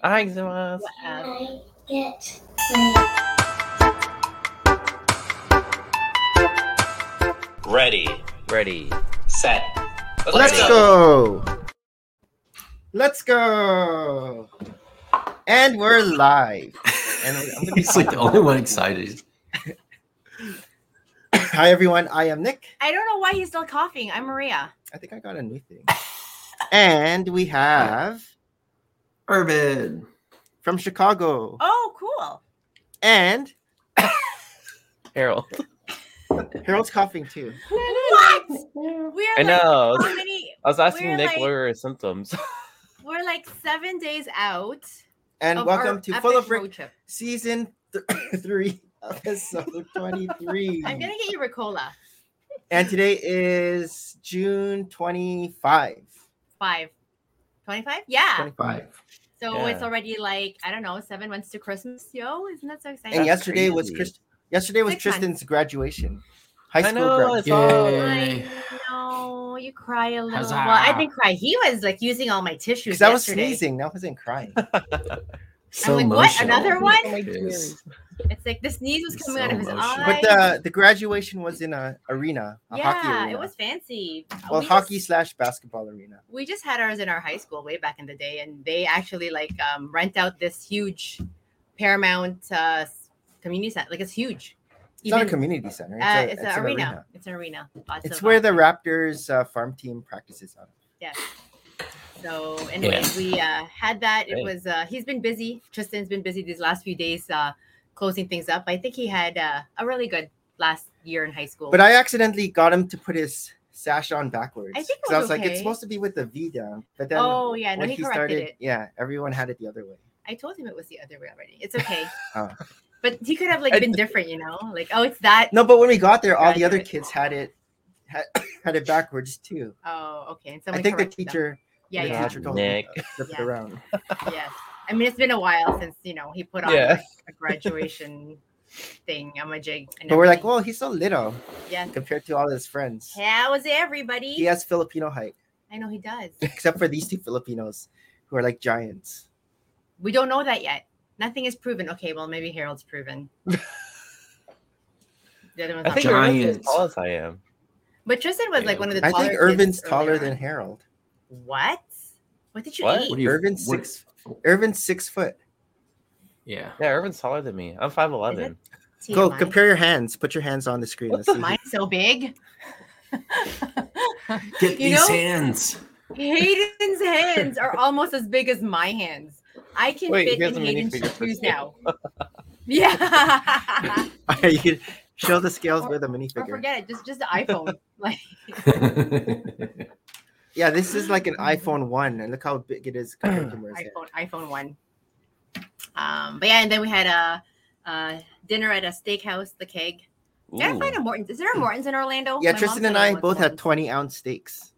あはい、ざいます。Um, I get Ready, Ready. set. Let's go. Let's go. And we're live. And I'm gonna be He's like the only one excited. Hi everyone. I am Nick. I don't know why he's still coughing. I'm Maria. I think I got a new thing. And we have Urban. from Chicago Oh, cool. and Harold. Harold's coughing too. What? We're I like know. how many? I was asking We're Nick like- what were his symptoms. We're like seven days out. And of welcome our to epic Full of road Brick trip. season th- three, episode twenty-three. I'm gonna get you Ricola and today is June twenty-five. five. 25? Yeah. Twenty-five. So Yeah. it's already like, I don't know, seven months to Christmas. Yo, isn't that so exciting? And yesterday was crazy. Christ- yesterday was Six months. Tristan's graduation. High I school know, graduation. it's Yay. I know. You cry a little. Huzzah. Well, I didn't cry. He was like using all my tissues. Because I was yesterday. sneezing. I wasn't crying. So I'm like, what? emotional. Another one? It is. It's like the sneeze was He's coming so out of his emotional. eye. but the the graduation was in a arena, a hockey yeah, arena. it was fancy. Uh, well, We just- hockey slash basketball arena. we just had ours in our high school way back in the day, and they actually like um, rent out this huge Paramount uh, s- community center. Like it's huge. It's not a community center. It's, uh, a, it's, it's an an arena. It's an arena. Lots It's of, where um, the Raptors uh, farm team practices on. Yes. So anyway, Yeah. we uh, had that. It Great. was uh, he's been busy. Tristan's been busy these last few days uh, closing things up. I think he had uh, a really good last year in high school. But I accidentally got him to put his sash on backwards. I think it 'Cause I was was like, okay. it's supposed to be with the V down, but then oh yeah, no, when he, he corrected started, it. yeah, everyone had it the other way. I told him it was the other way already. It's okay. Oh. But he could have like I been different, you know? Like, oh, it's that. No, but when we got there, all the other Graduate. kids had it had, had it backwards too. Oh, okay. And I someone think the corrected them. teacher, Yeah, the yeah, teacher told him, Nick. uh, flip it Yeah. around. yes. I mean, it's been a while since you know he put on Yeah. like, a graduation thing. I'm a jig. and But we're like, everything. well, he's so little yeah. compared to all his friends. How is everybody? He has Filipino height, I know he does. except for these two Filipinos who are like giants. We don't know that yet. Nothing is proven. Okay, well, maybe Harold's proven. the other one's I not think proven. Urban's as Giants. tall as I am. But Tristan was like one of the I taller think kids Irvin's earlier taller on. than Harold. What? What did you What? eat? What do you- Irvin's what- six. Irvin's six foot. Yeah. Yeah, Urban's taller than me. I'm 5'11. Go TMI. compare your hands. Put your hands on the screen. Let's see. who- Mine's so big. Get You these know- hands. Hayden's hands are almost as big as my hands. I can Wait, he fit has in a Hayden's minifigure for shoes sale. now. yeah. Are you show the scales Or- with a or minifigure. forget it. Just just the iPhone. Like Yeah, this is like an iPhone one, and look how big it is compared to Mer's head. iPhone iPhone one. Um, but yeah, and then we had a, uh dinner at a steakhouse, the keg. Did I find a Morton's? Is there a Morton's in Orlando? Yeah, Oh, My mom Tristan said and there I was both had Morton's. twenty ounce steaks.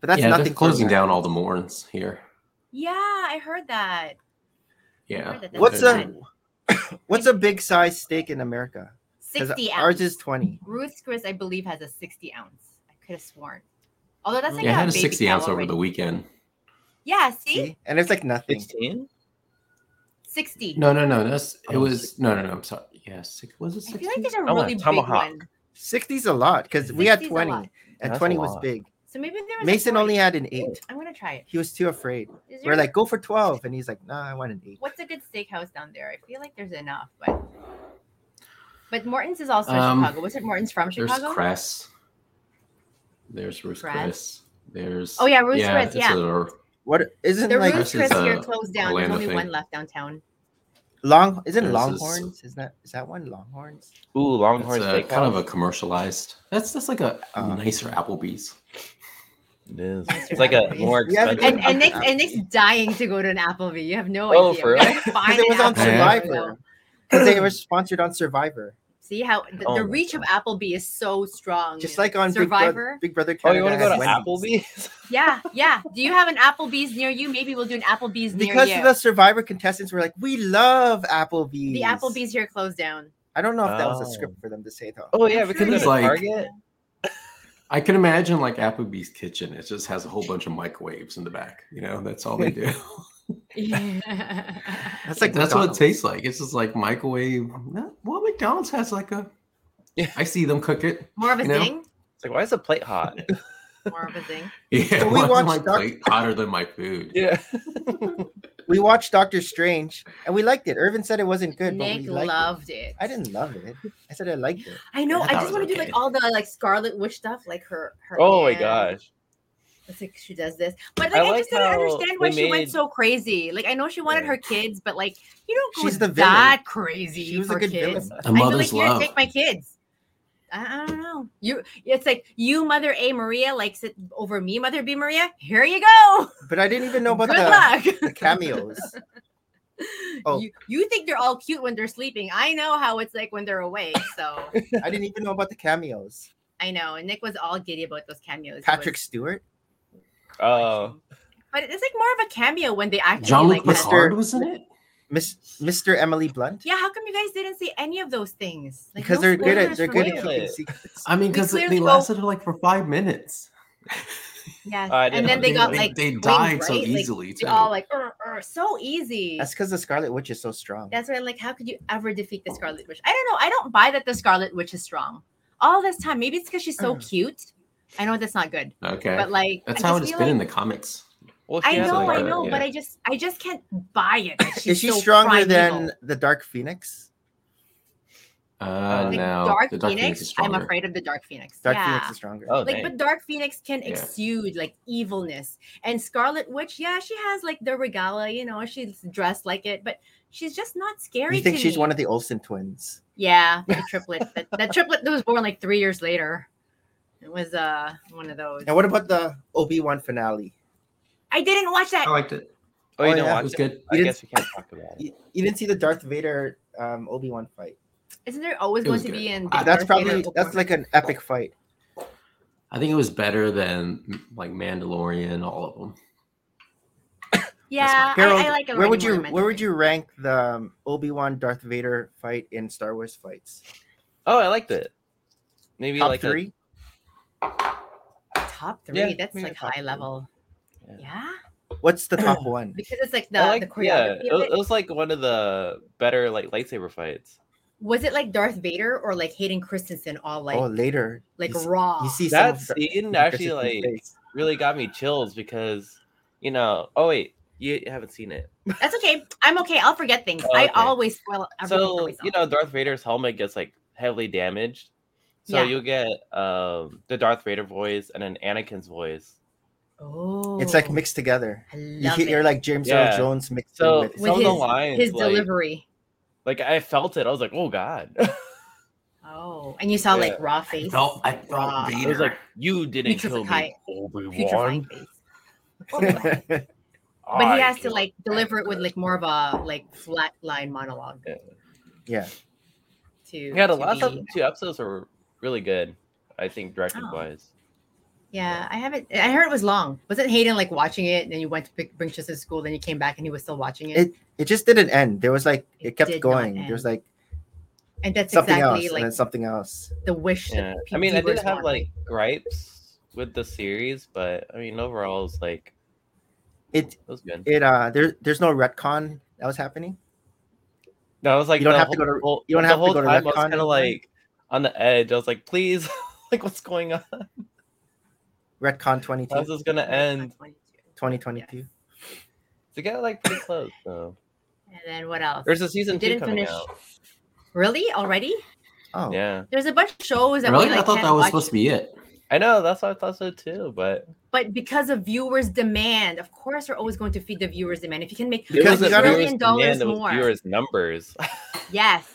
But that's yeah, they're nothing. for closing Mer. down all the Morns here. Yeah, I heard that. Yeah. Where did that- What's They're- a what's a big size steak in America? 'Cause Sixty ounce. ours is twenty. Ruth's Chris, I believe, has a 60 ounce. I could have sworn. Although that's like Yeah, I had a a baby 60 ounce cow over the already. weekend. Yeah, see, See? And it's like nothing. 16? 60. No, no, no. That's it Oh, was no, no, no. I'm sorry. Yeah, six, was it I 60? feel like there's a want really big tomahawk. one. 60's a lot because we had 60's a 20 lot. and That's a 20 was lot. big. So maybe there was a Mason 40. only had an eight. I'm gonna try it. He was too afraid. Is We're there- like, go for 12. And he's like, nah, I want an eight. what's a good steakhouse down there? I feel like there's enough, but but Morton's is also Um, in Chicago. Was it Morton's from There's Chicago? Cress. There's Ruth Cress. Chris. There's Oh, yeah, Ruth's Chris, it's yeah. a- What isn't the like Ruth's This is Chris here a closed down. there's Orlando only thing. one left downtown. long? Isn't There's this- Longhorns? Is that is that one Longhorns? Ooh, Longhorn it's a, Steakhouse. kind of a commercialized. That's that's like a Uh. nicer Applebee's. It is. It's like a more We haven't expensive. And Yeah. and Nick's, and Nick's dying to go to an Applebee. You have no Oh, idea. for We real? gotta find Because it an was on Applebee. Applebee's. Survivor. Because they were sponsored on Survivor, See how the, Oh my the reach of Applebee is so strong. just in like on Survivor. Big, Brother, Big Oh, Brother Canada. you want to go to has Wendy's. Applebee's? yeah, yeah. Do you have an Applebee's near you? Maybe we'll do an Applebee's near Because you. the Survivor contestants were like, we love Applebee's. the Applebee's here closed down. I don't know if that was a Oh. script for them to say though. Oh, yeah, I'm we sure could go it's to like- Target. I can imagine like Applebee's kitchen. It just has a whole bunch of microwaves in the back. You know, that's all they do. That's like that's McDonald's. what it tastes like. It's just like microwave. no, Well, McDonald's has like a. Yeah, I see them cook it. More of a You know? zing. It's like, why is the plate hot? More of a zing. Yeah, we why is watched my Doc- plate hotter than my food. yeah. We watched Doctor Strange and we liked it. Irvin said it wasn't good, but we Nick liked loved it. it. I didn't love it. I said I liked it. I know. I I, thought it just was want to do okay. like all the like Scarlet Witch stuff, like her. her Oh my hand. gosh. It's like she does this, but I like I, like just didn't how understand why they she made- went so crazy. Like I know she wanted Yeah. her kids, but like you don't go She's the villain. that crazy She was for a good kids. villain. A I feel like mother's here, love. take my kids. I, I don't know. You, it's like you, Mother A Maria, likes it over me, Mother B Maria. Here you go. But I didn't even know about Good the, luck. the cameos. Oh. You, you think they're all cute when they're sleeping. I know how it's like when they're awake. So I didn't even know about the cameos. I know. And Nick was all giddy about those cameos. It was- Patrick Stewart, Oh, But it's like more of a cameo when they actually John like. Luke had- Mr. Picard was in it. Miss Mr. Emily Blunt. Yeah, how come you guys didn't see any of those things? Like, Because no they're good at spoilers they're for good me. at keeping Really? secrets. I mean, We because clearly they go- lasted for like for five minutes. Yes. I and didn't then they know. got They- like they winged, died so right? Like, easily they too. all like "Ur, ur," so easy. That's because the Scarlet Witch is so strong. That's why I'm like, how could you ever defeat the Scarlet Witch? I don't know. I don't buy that the Scarlet Witch is strong. All this time, maybe it's because she's Mm. so cute. I know that's not good, okay, but like that's I how just it's feel been in the comics. well, like- she I has know, like I a- know, yeah. but I just, I just can't buy it. that She's is she so stronger primeval. than the Dark Phoenix? Uh, Like no, Dark, the Dark Phoenix, Phoenix? is I'm stronger. afraid of the Dark Phoenix. Dark yeah. Phoenix is stronger. Oh, like dang. but dark phoenix can Yeah. exude like evilness and scarlet witch yeah she has like the regala you know she's dressed like it but she's just not scary you think to she's me. one of the Olsen twins? yeah the triplet that, that triplet that was born like three years later it was uh one of those Now, what about the Obi Wan finale? i didn't watch that I liked it. Oh, you Oh, didn't yeah. It watch was it? good. I You guess we can't talk about it. You, you didn't see the Darth Vader um, Obi Wan fight. isn't there always It going was to good. be in Ah, Big That's Darth Vader probably Obi-Wan? that's like an epic fight. I think it was better than m- like Mandalorian, all of them. yeah I, Harold, I like it where would you where would you rank the um, Obi Wan Darth Vader fight in Star Wars fights? Oh, I liked it. Maybe Top like a- three. top three Yeah, that's maybe like top high three. level Yeah. yeah. What's the top one? because it's like the, I like, the yeah, uh, choreography it, of was- it was like one of the better like lightsaber fights. Was it like Darth Vader or like Hayden Christensen all like oh, later. like you see- raw? You see That some of the- scene the actually Christensen's like face. really got me chills because you know. Oh wait, you haven't seen it. That's okay. I'm okay. I'll forget things. Oh, I okay. always spoil everything. for so myself. you know, Darth Vader's helmet gets like heavily damaged. So Yeah. you'll get um the Darth Vader voice and an Anakin's voice. oh, it's like mixed together. I You love get, you're it. like James Yeah. Earl Jones mixed in So with. some of the his- lines, his like, delivery. like I felt it. I was like, oh god. Oh, and you saw like raw face, Felt I felt Wow. It It was like you didn't kill me, Petrified- Obi putrefying Wan. face. But he has to like deliver it with like more of a like flat line monologue. Yeah. Yeah. To Yeah, the to last be- ep- two episodes were really good. I think directing Oh. wise. Yeah, I haven't. I heard it was long. Wasn't Hayden like watching it? And then you went to pick, bring Chester to school. Then you came back and he was still watching it. It just didn't end. There was like it, It kept did not going. end. There was like and that's something exactly else like and then something else. the wish. Yeah. that I mean, I did viewers have want, like gripes with the series, but I mean, overall, it was like It it was good. it uh there there's no retcon that was happening. No, I was like, You don't the have to go to- whole- you don't the have to whole go to time I was retcon kind of anymore? like on the edge. I was like, please, like, what's going on? Retcon 22, How's this gonna end? 22. 2022. They got like pretty close though. And then what else? There's a season two Didn't coming finish. out. really already? Oh, Yeah, There's a bunch of shows that Really, we like, I thought can't that was watch, supposed to be it. I know. That's what I thought so too. But but because of viewers' demand, of course, we're always going to feed the viewers' demand. If you can make it Because wasn't you gotta- viewers' Billion dollars demand, it was more. viewers numbers. yes,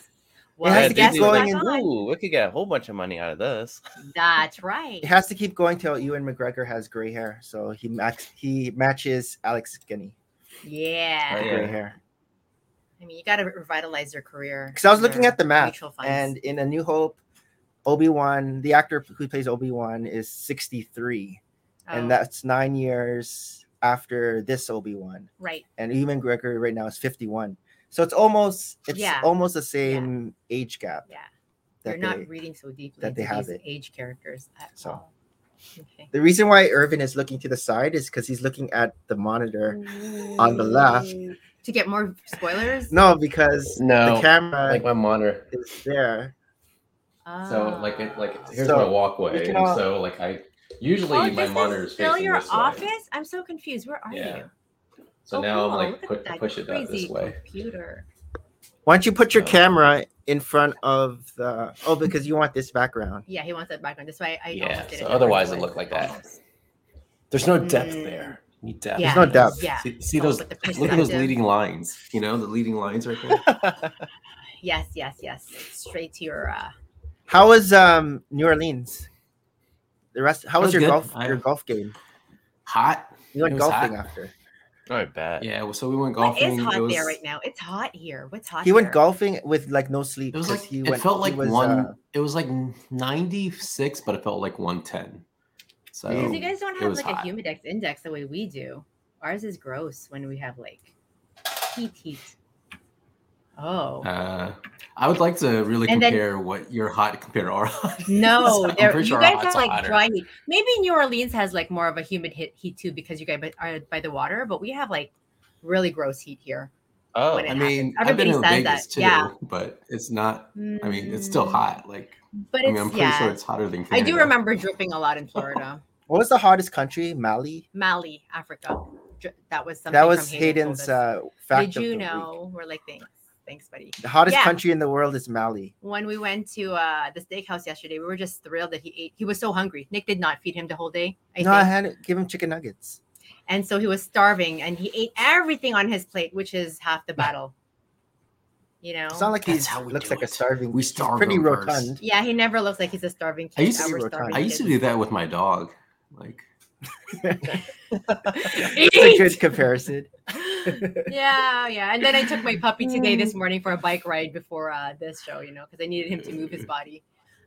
It has Yeah, to Disney keep was what going I like, and thought. Ooh, we could get a whole bunch of money out of this. That's right. It has to keep going till Ewan McGregor has gray hair. So he max he matches Alex Skinny Yeah. Oh, yeah. gray hair. I mean, you got to revitalize your career. Because I was and looking your at the map, mutual funds. and in A New Hope, Obi Wan, the actor who plays Obi Wan, is 63, Oh, and that's nine years after this Obi Wan. right. And Ewan McGregor right now is 51, so it's almost it's Yeah. almost the same age gap. Yeah. that You're not they- reading so deeply that they into have these it. age characters at So. all. Okay. The reason why Irvin is looking to the side is because he's looking at the monitor on the left. To get more spoilers? No, because No, the camera like my monitor. is there. So like it like here's So, my we walkway, can and all- so like I usually Ah. oh, my this monitor is is still facing your this office? way. I'm so confused. Where are Yeah. you? So Oh, now I'm cool. like Look at put, that push it out this crazy way. Computer. Why don't you put your No. camera in front of the? Oh, because you want this background. Yeah, he wants that background. That's why I Yeah, almost did so it. otherwise it Otherwise, looked like that. oh, There's no depth Mm. there. You need depth. Yeah. There's no depth. Yeah. See, see Oh, those with the look at those perspective. leading lines. You know the leading lines right there. Yes, yes, yes. Straight to your uh How was um New Orleans? The rest. How It was, was your good. golf? I- Your golf game. Hot. You went It was golfing hot. after. I bet. Yeah. Well, so we went What golfing. is hot it was, there right now? It's hot here. What's hot? He went here? golfing with like no sleep. It was 'cause like he it went- felt he like was, one. uh, it was like ninety six, but it felt like one ten. So Because Because you guys don't Oh, It have was like hot. a humidex index the way we do. Ours is gross when we have like heat, heat. Oh uh, I would like to really And then- compare what your hot compared to our hot. is. no, I'm there, pretty you sure our guys have hot's like hotter. dry heat. Maybe New Orleans has like more of a humid hit, heat too because you guys are by the water, but we have like really gross heat here. Oh, When it I and mean, happens. I've been in Everybody says Vegas that, too, yeah. Mm. but it's not. I mean, it's still hot. Like But I it's mean, I'm pretty yeah. sure it's hotter than. I Canada. do remember dripping a lot in Florida, What was the hottest country? Mali. Mali, Africa. Dri- That was something. That from was Hayden told Hayden's us. uh, fact. Did you of the Week. know? We're like, thanks, thanks, buddy. The hottest Yeah. country in the world is Mali. When we went to uh, the steakhouse yesterday, we were just thrilled that he ate. He was so hungry. Nick did not feed him the whole day, I no, I think, had it. Give him chicken nuggets. and so he was starving, and he ate everything on his plate, which is half the battle. You know. It's not like he That's how we looks do like a it. starving. We he's starve Pretty them first. rotund. yeah, he never looks like he's a starving kid. I used to- Our starving I used to do that with my dog. Like kids. It's a Eat! good comparison. yeah, yeah. And then I took my puppy today this Mm. morning for a bike ride before uh, this show, you know, because I needed him to move his body.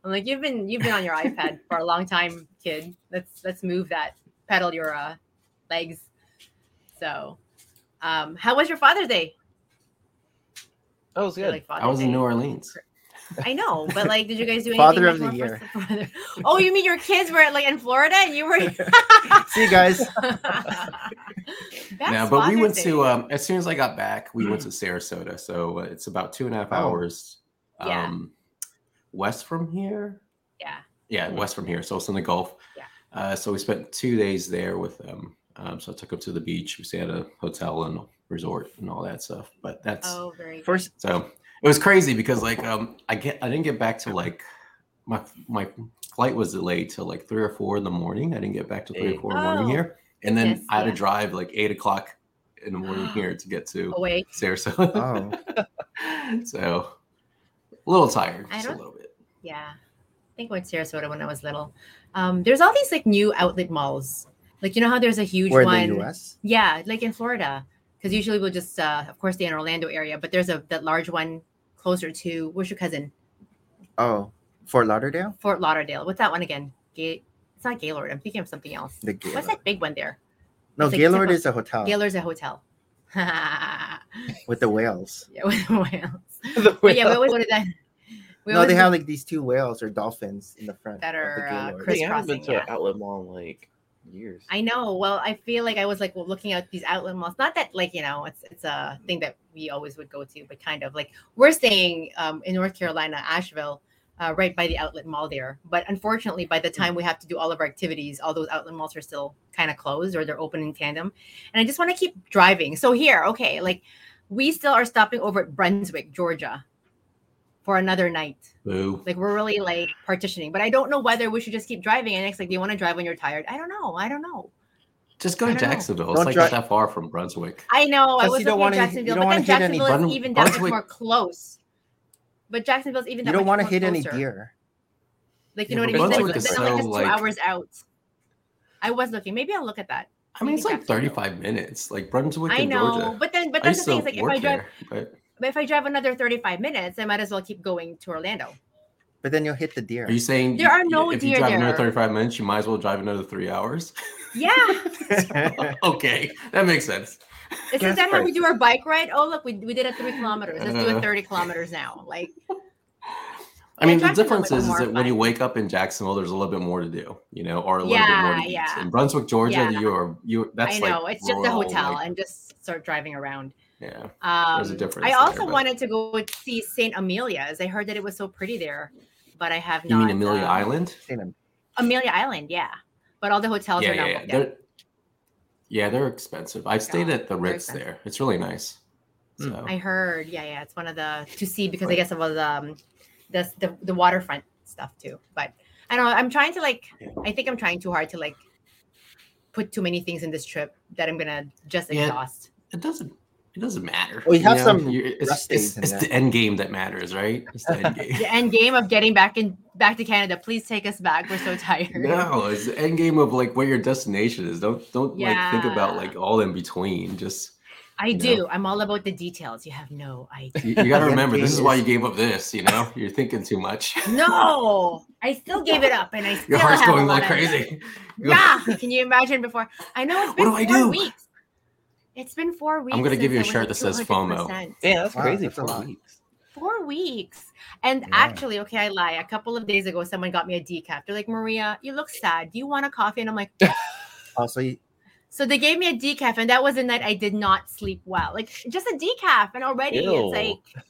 I'm like, you've been you've been on your iPad for a long time, kid. Let's let's move that pedal your uh, legs. So, um, how was your Father's Day? that was They're good. like, Father's I was in Day. New Orleans. I know, but like, did you guys do anything? Father much of the more for s- Father- Oh, you mean your kids were like in Florida and you were? See you guys. yeah, but we went to um, as soon as I got back, we Mm-hmm. went to Sarasota. So uh, it's about two and a half Oh. hours Yeah. um, west from here. yeah. Yeah, west from here. So it's in the Gulf. Mm-hmm. Yeah. Uh, so we spent two days there with them. Um, so I took them to the beach. We stayed at a hotel and resort and all that stuff. But that's Oh, very. Good. First, so it was crazy because like um, I get I didn't get back to like my my flight was delayed till like three or four in the morning. I didn't get back to three or Hey. four in the morning Oh, here, and then goodness, I had yeah. to drive like eight o'clock in the morning here to get to Away. Sarasota. oh, so a little tired, I just a don't- little bit. Yeah. I think I went to Sarasota when I was little. Um, there's all these like new outlet malls. Like you know how there's a huge we're one. in the U.S. Yeah, like in Florida. Because usually we'll just uh of course the in Orlando area, but there's a that large one closer to where's your cousin? Oh, Fort Lauderdale. Fort Lauderdale. What's that one again? Gay it's not Gaylord. I'm thinking of something else. The What's Gaylord. Oh. that big one there? No, it's like Gaylord different- is a hotel Gaylord's a hotel. yeah, with the whales. with the whales. The But yeah, we whale. always go to that. we no, always they go- have like these two whales or dolphins in the front. That of the are, uh, Gaylord. crazy. Dang, I haven't been to crisscrossing, an outlet mall in like years. I know. Well, I feel like I was like well, looking at these outlet malls. Not that like you know, it's it's a thing that we always would go to, but kind of like we're staying um, in North Carolina, Asheville, uh, right by the outlet mall there. But unfortunately, by the time we have to do all of our activities, all those outlet malls are still kind of closed or they're open in tandem. And I just want to keep driving. So here, okay, like we still are stopping over at Brunswick, Georgia, for another night. Boo. Like we're really like partitioning, but I don't know whether we should just keep driving. And it's like, do you want to drive when you're tired? I don't know. I don't know. Just go I to don't know. Jacksonville. Don't It's like drive- not that far from Brunswick. I know. I was Plus, you looking don't at wanna hit- Jacksonville, you don't but wanna then hit any Jacksonville Bun- is even that much Brunswick- more close. But Jacksonville's even that You don't much want to more hit any closer. deer. Like you Yeah, know but what I mean? Brunswick Like, is then I'm so, like, it's two like- hours out. I was looking. Maybe I'll look at that. I mean, it's like Jacksonville. 35 minutes, like Brunswick I and know, Georgia. but then but then I the used thing to is like if work I drive there, but but if I drive another 35 minutes, I might as well keep going to Orlando. But then you'll hit the deer. Are you saying There are no if deer you drive there. another 35 minutes, you might as well drive another three hours? Yeah. okay, that makes sense. Isn't Gas that how we do our Mm-hmm. bike ride? Oh look, we, we did a three kilometers. Let's do a Uh. 30 kilometers now. Like I mean, the Jacksonville difference was is, is more that when you fun. wake up in Jacksonville, there's a little bit more to do, you know, or a little bit more Yeah, to eat. yeah. In Brunswick, Georgia, Yeah. you are you. That's I know like it's just a rural, hotel like- and just start driving around. yeah, Um, a difference I there, also but- wanted to go and see Saint Amelia's. I heard that it was so pretty there, but I have you not. mean Amelia um, Island? Seen Amelia Island, yeah. But all the hotels Yeah, are yeah, Oh, not yeah. booked. yet. They're, yeah, they're expensive. I've stayed Yeah, at the they're Ritz expensive. there. It's really nice. Hmm. So I heard, yeah, yeah. It's one of the to see because I oh. Right. guess it was um the the, the waterfront stuff too. But I don't know. I'm trying to like. I think I'm trying too hard to like put too many things in this trip that I'm gonna just Yeah. exhaust. it doesn't it doesn't matter. Well, you have know? some You- It's, rest it's, days in it's there. the end game that matters, right? It's the end game. The end game of getting back in back to Canada. Please take us back. We're so tired. No, it's the end game of like where your destination is. Don't don't like think about Yeah. like all in between. Just I you know. do. I'm all about the details. You have no idea. you, you got The to end remember this game is why is- you gave up this. You know, you're thinking too much. no, I still gave it up, and I still Your heart's have a going lot like of- crazy. Go- Yeah, can you imagine before? I know it's been do I four do? weeks. It's been four weeks. gonna since give you a I was shirt at that says 200%. Yeah, that's Wow, crazy. that's a Four lot. weeks. Four weeks. And Yeah. actually, okay, I lie. A couple of days ago, someone got me a decaf. They're like, Maria, you look sad. Do you want a coffee? And I'm like, Also, you- so they gave me a decaf, and that was the night I did not sleep well. Like just a decaf, and already Ew. it's like,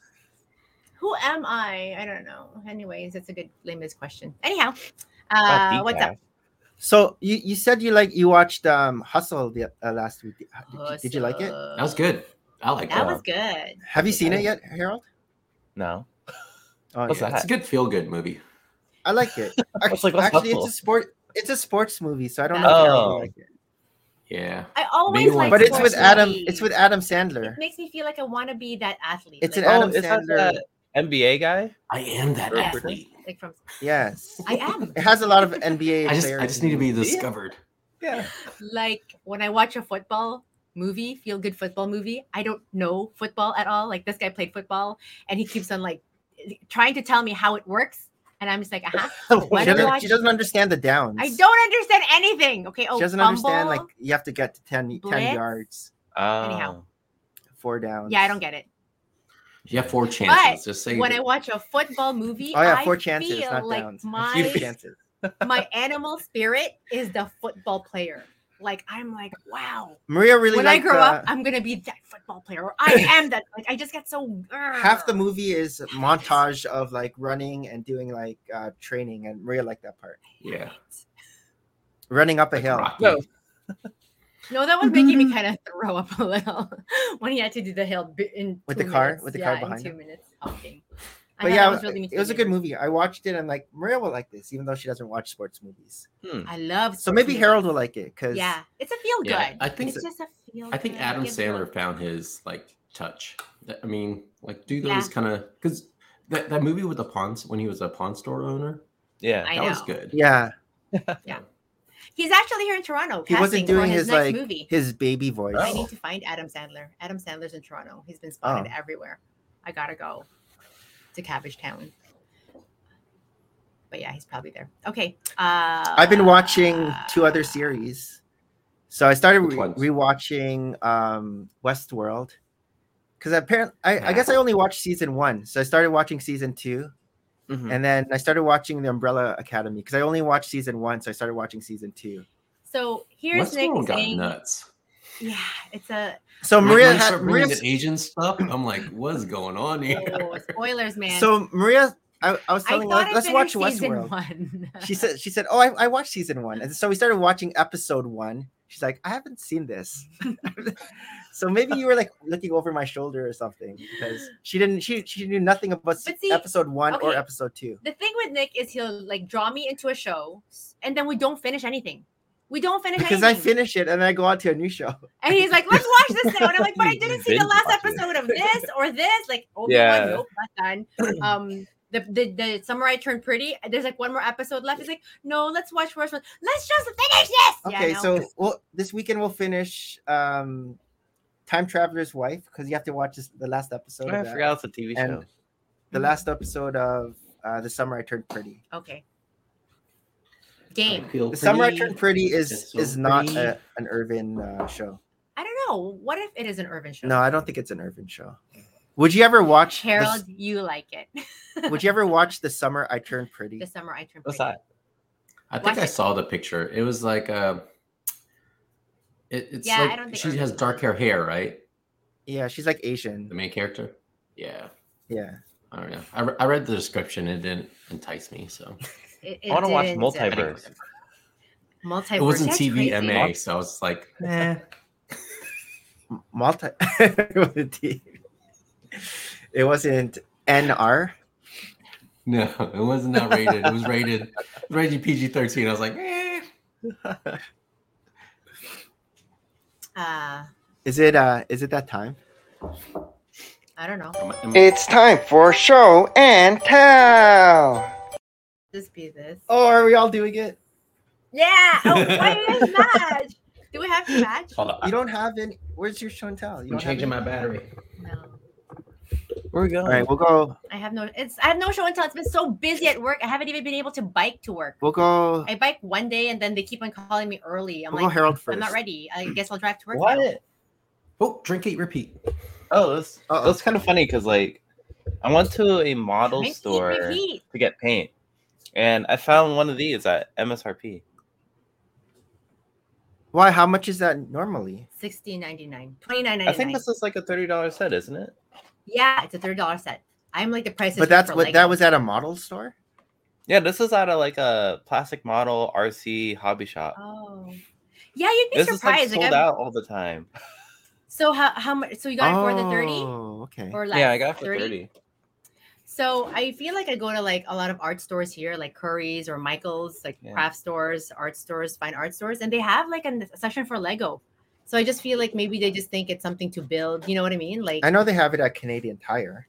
who am I? I don't know. Anyways, that's a good lamest question. Anyhow, Wow, uh, what's up? decaf. so you, you said you like you watched um Hustle the, uh, last week. Did, did you like it? That was good. I like That that. was good. Have you seen it yet, Harold? No. Oh, What's It's a good feel good movie. I like it. What's Actually, like- what's actually Hustle? it's a sport. It's a sports movie, so I don't know. Oh. if Harold will like it. Yeah. I always Maybe one like But it's sports with Adam. movies. It's with Adam It Sandler. makes me feel like I want to be that athlete. It's like, an Adam oh, is that Sandler. that NBA guy? I am that Yes. athlete. like from Yes, I am. it has a lot of NBA. I just players I just need to in be it. discovered. Yeah. Like when I watch a football movie, feel good football movie, I don't know football at all. Like this guy played football and he keeps on like trying to tell me how it works. And I'm just like, uh huh. Why she, do I doesn't, watch- she doesn't understand the downs. I don't understand anything. Okay. Oh, She doesn't understand like fumble. you have to get to 10, 10 blitz. yards, Oh. four downs. Yeah, I don't get it. You have four chances. just say When that. I watch a football movie, Oh yeah, I four chances, feel not like downs. my Four chances. my animal spirit is the football player. Like I'm like, wow. Maria really when I liked uh, grow up, the- I'm gonna be that football player. Or I am that. Like I just get so half the Urgh. movie is montage of like running and doing like uh training, and Maria liked that part. yeah. Running up a Like hill. Rocky. No. No, that was making me kind of throw up a little when he had to do the hill b- in With two the car- minutes. with the yeah, car in behind two him. minutes. Talking. I But thought yeah, that was really it was a good motivating. movie. I watched it and like Maria will like this, even though she doesn't watch sports movies. I love. So maybe sports Harold will movies. like it because Yeah, it's a feel good. Yeah, I think it's just a feel. I think good, Adam give Sandler them- found his like touch. That- I mean, like do Yeah. those kind of because that, that movie with the pawn when he was a pawn store owner Yeah. I that was know. good. yeah, He's actually here in Toronto. He casting wasn't for doing his, his, next like, movie. his baby voice. I Oh. need to find Adam Sandler. Adam Sandler's in Toronto. He's been spotted Oh. everywhere. I gotta go to Cabbage Town. But yeah, he's probably there. Okay. Uh, I've been watching two other series. So I started Which re- ones? rewatching um, Westworld because apparently I, I guess I only watched season one. So I started watching season 2 Mm-hmm. Mhm. and then I started watching The Umbrella Academy because I only watched season one. So I started watching season two. So here's Nick Westworld got saying, nuts. yeah, it's a So Like, Maria when they had start bringing Maria's- the Asian stuff. I'm like, what's going on here? oh, spoilers, man. So Maria, I, I was I telling thought her, I let's watch finished season Westworld. one. She said, she said, oh, I, I watched season one, and so we started watching episode one. She's like, I haven't seen this, so maybe you were like looking over my shoulder or something because she didn't, she she knew nothing about But see, episode one or okay. episode two. the thing with Nick is he'll like draw me into a show, and then we don't finish anything. We don't finish Because I anything. finish it and I go on to a new show. And he's like, let's watch this now. And I'm like, but I You didn't see the binge last watch it. episode of this or this. Like, oh Yeah. yeah. nope, not done. Um, the, the the summer I turned pretty. There's like one more episode left. He's like, no, let's watch first one. Let's just finish this. Yeah, Okay, no. so well, this weekend we'll finish um Time Traveler's Wife because you have to watch this, the last episode. Oh, I of that. forgot it's a TV And- show. The last episode of uh, The Summer I Turned Pretty. okay, I game. feel The Summer I pretty. Turned Pretty is It's so is not pretty. a, an Irvin uh, show. I don't know. What if it is an urban show? No, I don't think it's an Irvin show. Would you ever watch the- Harold, you like it. would you ever watch The Summer I Turned Pretty? the summer I turned What's pretty. that? I think Watch I it. saw the picture. It was like uh it, it's Yeah, I like don't think I she has remember. dark hair hair, right? Yeah, she's like The Asian. main character. Yeah, Yeah. I don't know. I, re- I read the description. It didn't entice me, so It- I want to watch didn't, uh, Multiverse. Multiverse. it wasn't That's crazy. TVMA. So I was like, eh. M- Multi It wasn't NR. no, it was not rated. It was rated it was rated PG thirteen. I was like, eh. Uh, Is it uh is it that time? I don't know. Am I- am I- It's time for show and tell. This be this. Oh, are we all doing it? Yeah. Oh, why do you guys match? Do we have to match? Hold on, You don't have any where's your show and tell? You Uh, I'm don't have changing any- my battery. No. Where we going? all right, we'll go I have no. It's I have no show and tell. It's been so busy at work. I haven't even been able to bike to work. we'll go I bike one day and then they keep on calling me early. I'm we'll go like, Harold first. I'm not ready. I guess I'll drive to work. now." What? Oh, drink eat repeat. Oh, that's Uh-oh. that's kind of funny because like I went to a model Make me store repeat. to get paint, and I found one of these at MSRP. Why? How much is that normally? 16.99 29.99 I think this is like a thirty dollars set, isn't it? yeah it's a thirty dollar set i'm like the price is But Right that's for, what like, that was at a model store. Yeah, this is out of like a plastic model RC hobby shop. oh yeah you'd be this is like surprised sold I'm- out all the time. so how, how much so you got it for the 30 Oh, okay. or less Yeah, I got it for thirty. So I feel like I go to like a lot of art stores here, like Curry's or Michael's, like Yeah. craft stores, art stores, fine art stores, and they have like a section for Lego. So I just feel like maybe they just think it's something to build. You know what I mean? Like, I know they have it at Canadian Tire.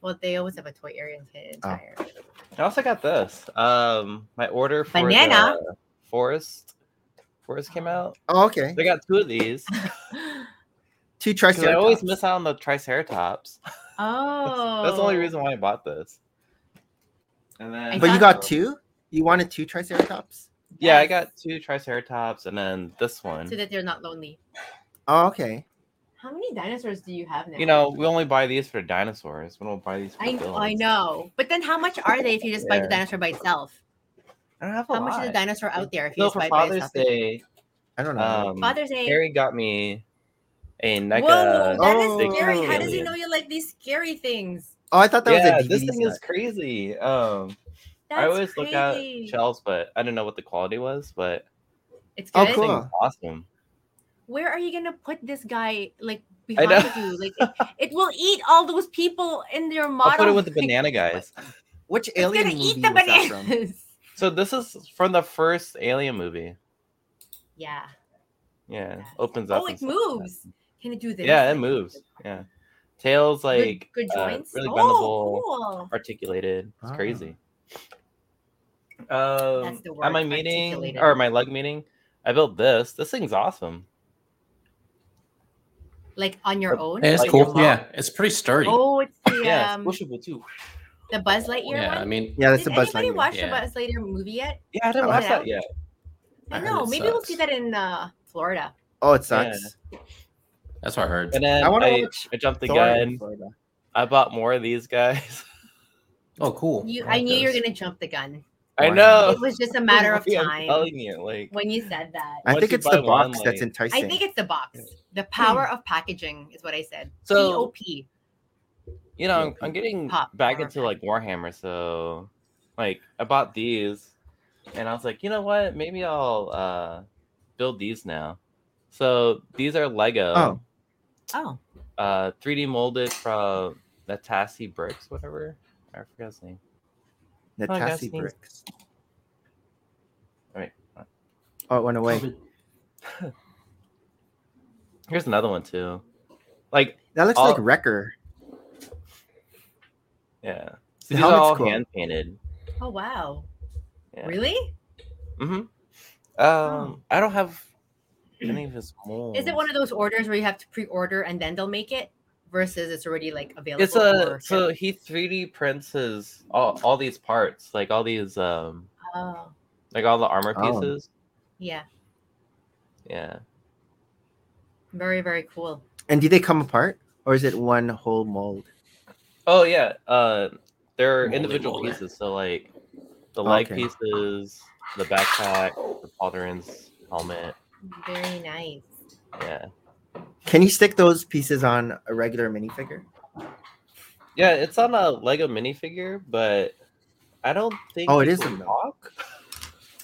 well, they always have a toy area in Canada Ah. Oh. Tire. I also got this. Um, my order for Banana. the forest. Forest came out. Oh, okay. I got two of these. 'cause Two I triceratops. always miss out on the triceratops. Oh, That's the only reason why I bought this. And then, But I you thought- got two. You wanted two triceratops. Yeah, I Yes. got two triceratops and then this one. So that they're not lonely. Oh, okay. How many dinosaurs do you have now? you know, we only buy these for dinosaurs. We don't buy these for I bills. I know, but then how much are they if you just buy the Yeah. dinosaur by itself? I don't have a How lot. much is a dinosaur out there if you so just for buy it by Father's itself? Day, I don't know. um, Father's Day. Harry got me a Whoa, NECA. that is Oh. scary. How does he Alien. know you like these scary things? oh, I thought that yeah, was a DVD this thing set. is crazy. Um, That's I always crazy. look at shelves, but I didn't know what the quality was. But It's Oh, good. this cool. thing's awesome. Where are you gonna put this guy? Like I behind know. you? Like it, it will eat all those people in their model. I'll put it with the like, banana guys. Which It's alien gonna movie eat the was that from? bananas. So this is from the first Alien movie. yeah. Yeah, Yeah. opens up. Oh, and it stuff. moves. Can it do this? Yeah, it Like, moves. Yeah, tails Good, like good uh, joints. really bendable, oh, cool. articulated. It's Ah. crazy. Um, the at my word, meeting articulated. or my lug meeting, I built this. This thing's awesome. Like on your own. Yeah, it's Like your cool. mom? Yeah, it's pretty sturdy. Oh, it's the Yeah, um, it's pushable too. the Buzz Lightyear yeah, one. I mean, Yeah, that's Did a Buzz anybody Lightyear. watch the Yeah. Buzz Lightyear movie yet? Yeah, I didn't Oh, watch yeah. that yet. I heard know. it Maybe we'll see sucks. that in uh, Florida. Oh, it sucks. That's what I heard. And then I I, want to I, watch. jumped the Thor gun. in Florida. I bought more of these guys. Oh, cool. You, I like knew you were those. gonna jump the gun. I Wow. know. It was just a matter of I'm time telling you, like when you said that. I Once think you it's buy the one, box that's like- enticing. I think it's the box. The power of packaging is what I said. Hmm. So- COP. you know, I'm, I'm getting Pop, back or- into like Warhammer, so like I bought these, and I was like, you know what? Maybe I'll uh, build these now. So these are Oh. Lego, Oh, uh, 3D molded from the Tassi bricks, whatever. I forgot his name. the Oh, I guess Tassie means- bricks. Alright. Oh, it went away. Here's another one too. Like, That looks All- like Wrecker. yeah, so The these are helmet's all cool. hand painted. oh wow. Yeah. Really? Mm-hmm. Um, I don't have any of his molds. Is it one of those orders where you have to pre-order and then they'll make it? Versus it's already like available. it's a for so ship? he 3d prints his all, all these parts like all these um Oh, like all the armor Oh. pieces yeah. yeah Very very cool. And do they come apart, or is it one whole mold? Oh yeah, uh, they're Moly individual moly. pieces. So like the leg Okay. pieces, the backpack, the pauldrons helmet. Very nice. Yeah, Can you stick those pieces on a regular minifigure? yeah. It's on a Lego minifigure, but I don't think. Oh, it you is can a- walk.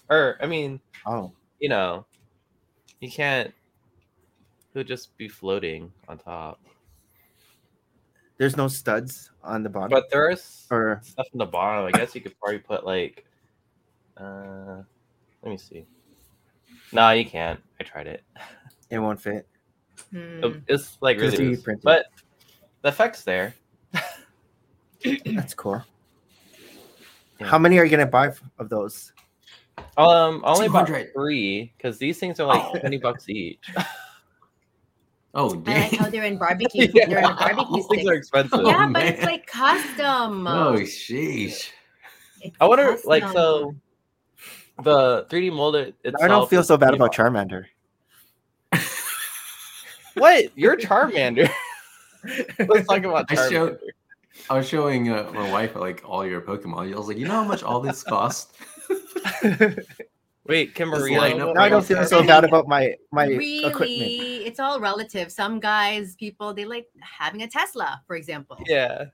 or I mean, Oh, you know, you can't. He'll just be floating on top. there's no studs on the bottom. But there's or stuff in the bottom. I guess you could probably put like, uh, let me see. No, you can't. I tried it. it won't fit. It- Hmm. It's like Just really, be loose. printed. but the effects there. That's cool. Yeah. How many are you gonna buy f- of those? Um, I only bought 200. three because these things are like Oh. twenty bucks each. Oh, I like dang. how they're in barbecue. Yeah. They're in barbecue These things are sticks. expensive. Oh, Yeah, but it's man. like custom. Oh, sheesh. It's I wonder, like, so custom. the three D molded. Itself I don't feel is so bad 20 about bucks. Charmander. What? You're Charmander. Let's talk about I Charmander. showed- I was showing uh, my wife like all your Pokemon. I was like, you know how much all this cost? Wait, can This Maria? lineup go right Now I back don't to feel Charmander? so bad about my my really, equipment. it's all relative. Some guys, people, they like having a Tesla, for example. Yeah,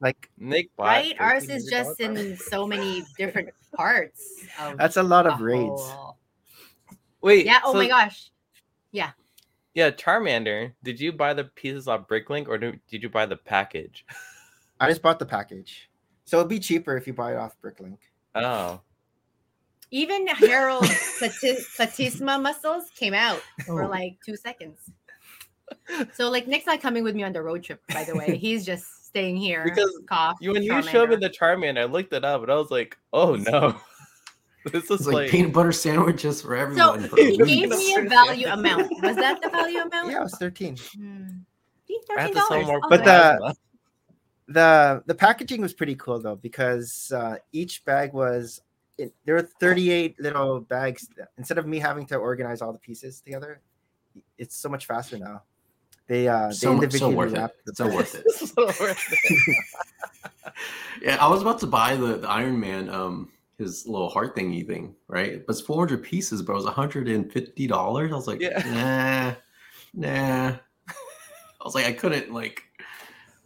Like Nick. bought Right? Ours is $1,300 just in so many different parts. Of that's a lot of the raids. whole- Wait. Yeah. Oh so- my gosh. Yeah, Charmander. Did you buy the pieces on Bricklink or do- did you buy the package? I just bought the package, so it'd be cheaper if you buy it off Bricklink. Oh, Even Harold's plati- platysma muscles came out Oh. for like two seconds. So like Nick's not coming with me on the road trip, by the way. He's just staying here. Because cough. you when you showed me Charmander. the Charmander, I looked it up and I was like, oh no, this It's is like, like, peanut butter sandwiches for so everyone. for a he gave week. me a value amount. Was that the value amount? Yeah, it was thirteen. Hmm. I have to sell $13. more. Oh, But my the- God. plasma. the The packaging was pretty cool though because uh, each bag was it, there were thirty eight little bags. that- Instead of me having to organize all the pieces together, it's so much faster now. They uh, they So, mu- so individually worth it. wrapped the So worth it. This is so worth it. Yeah, I was about to buy the, the Iron Man, um, his little heart thingy thing, right? But it's 400 pieces, but it was $150. I was like, nah, nah. I was like, I couldn't, like,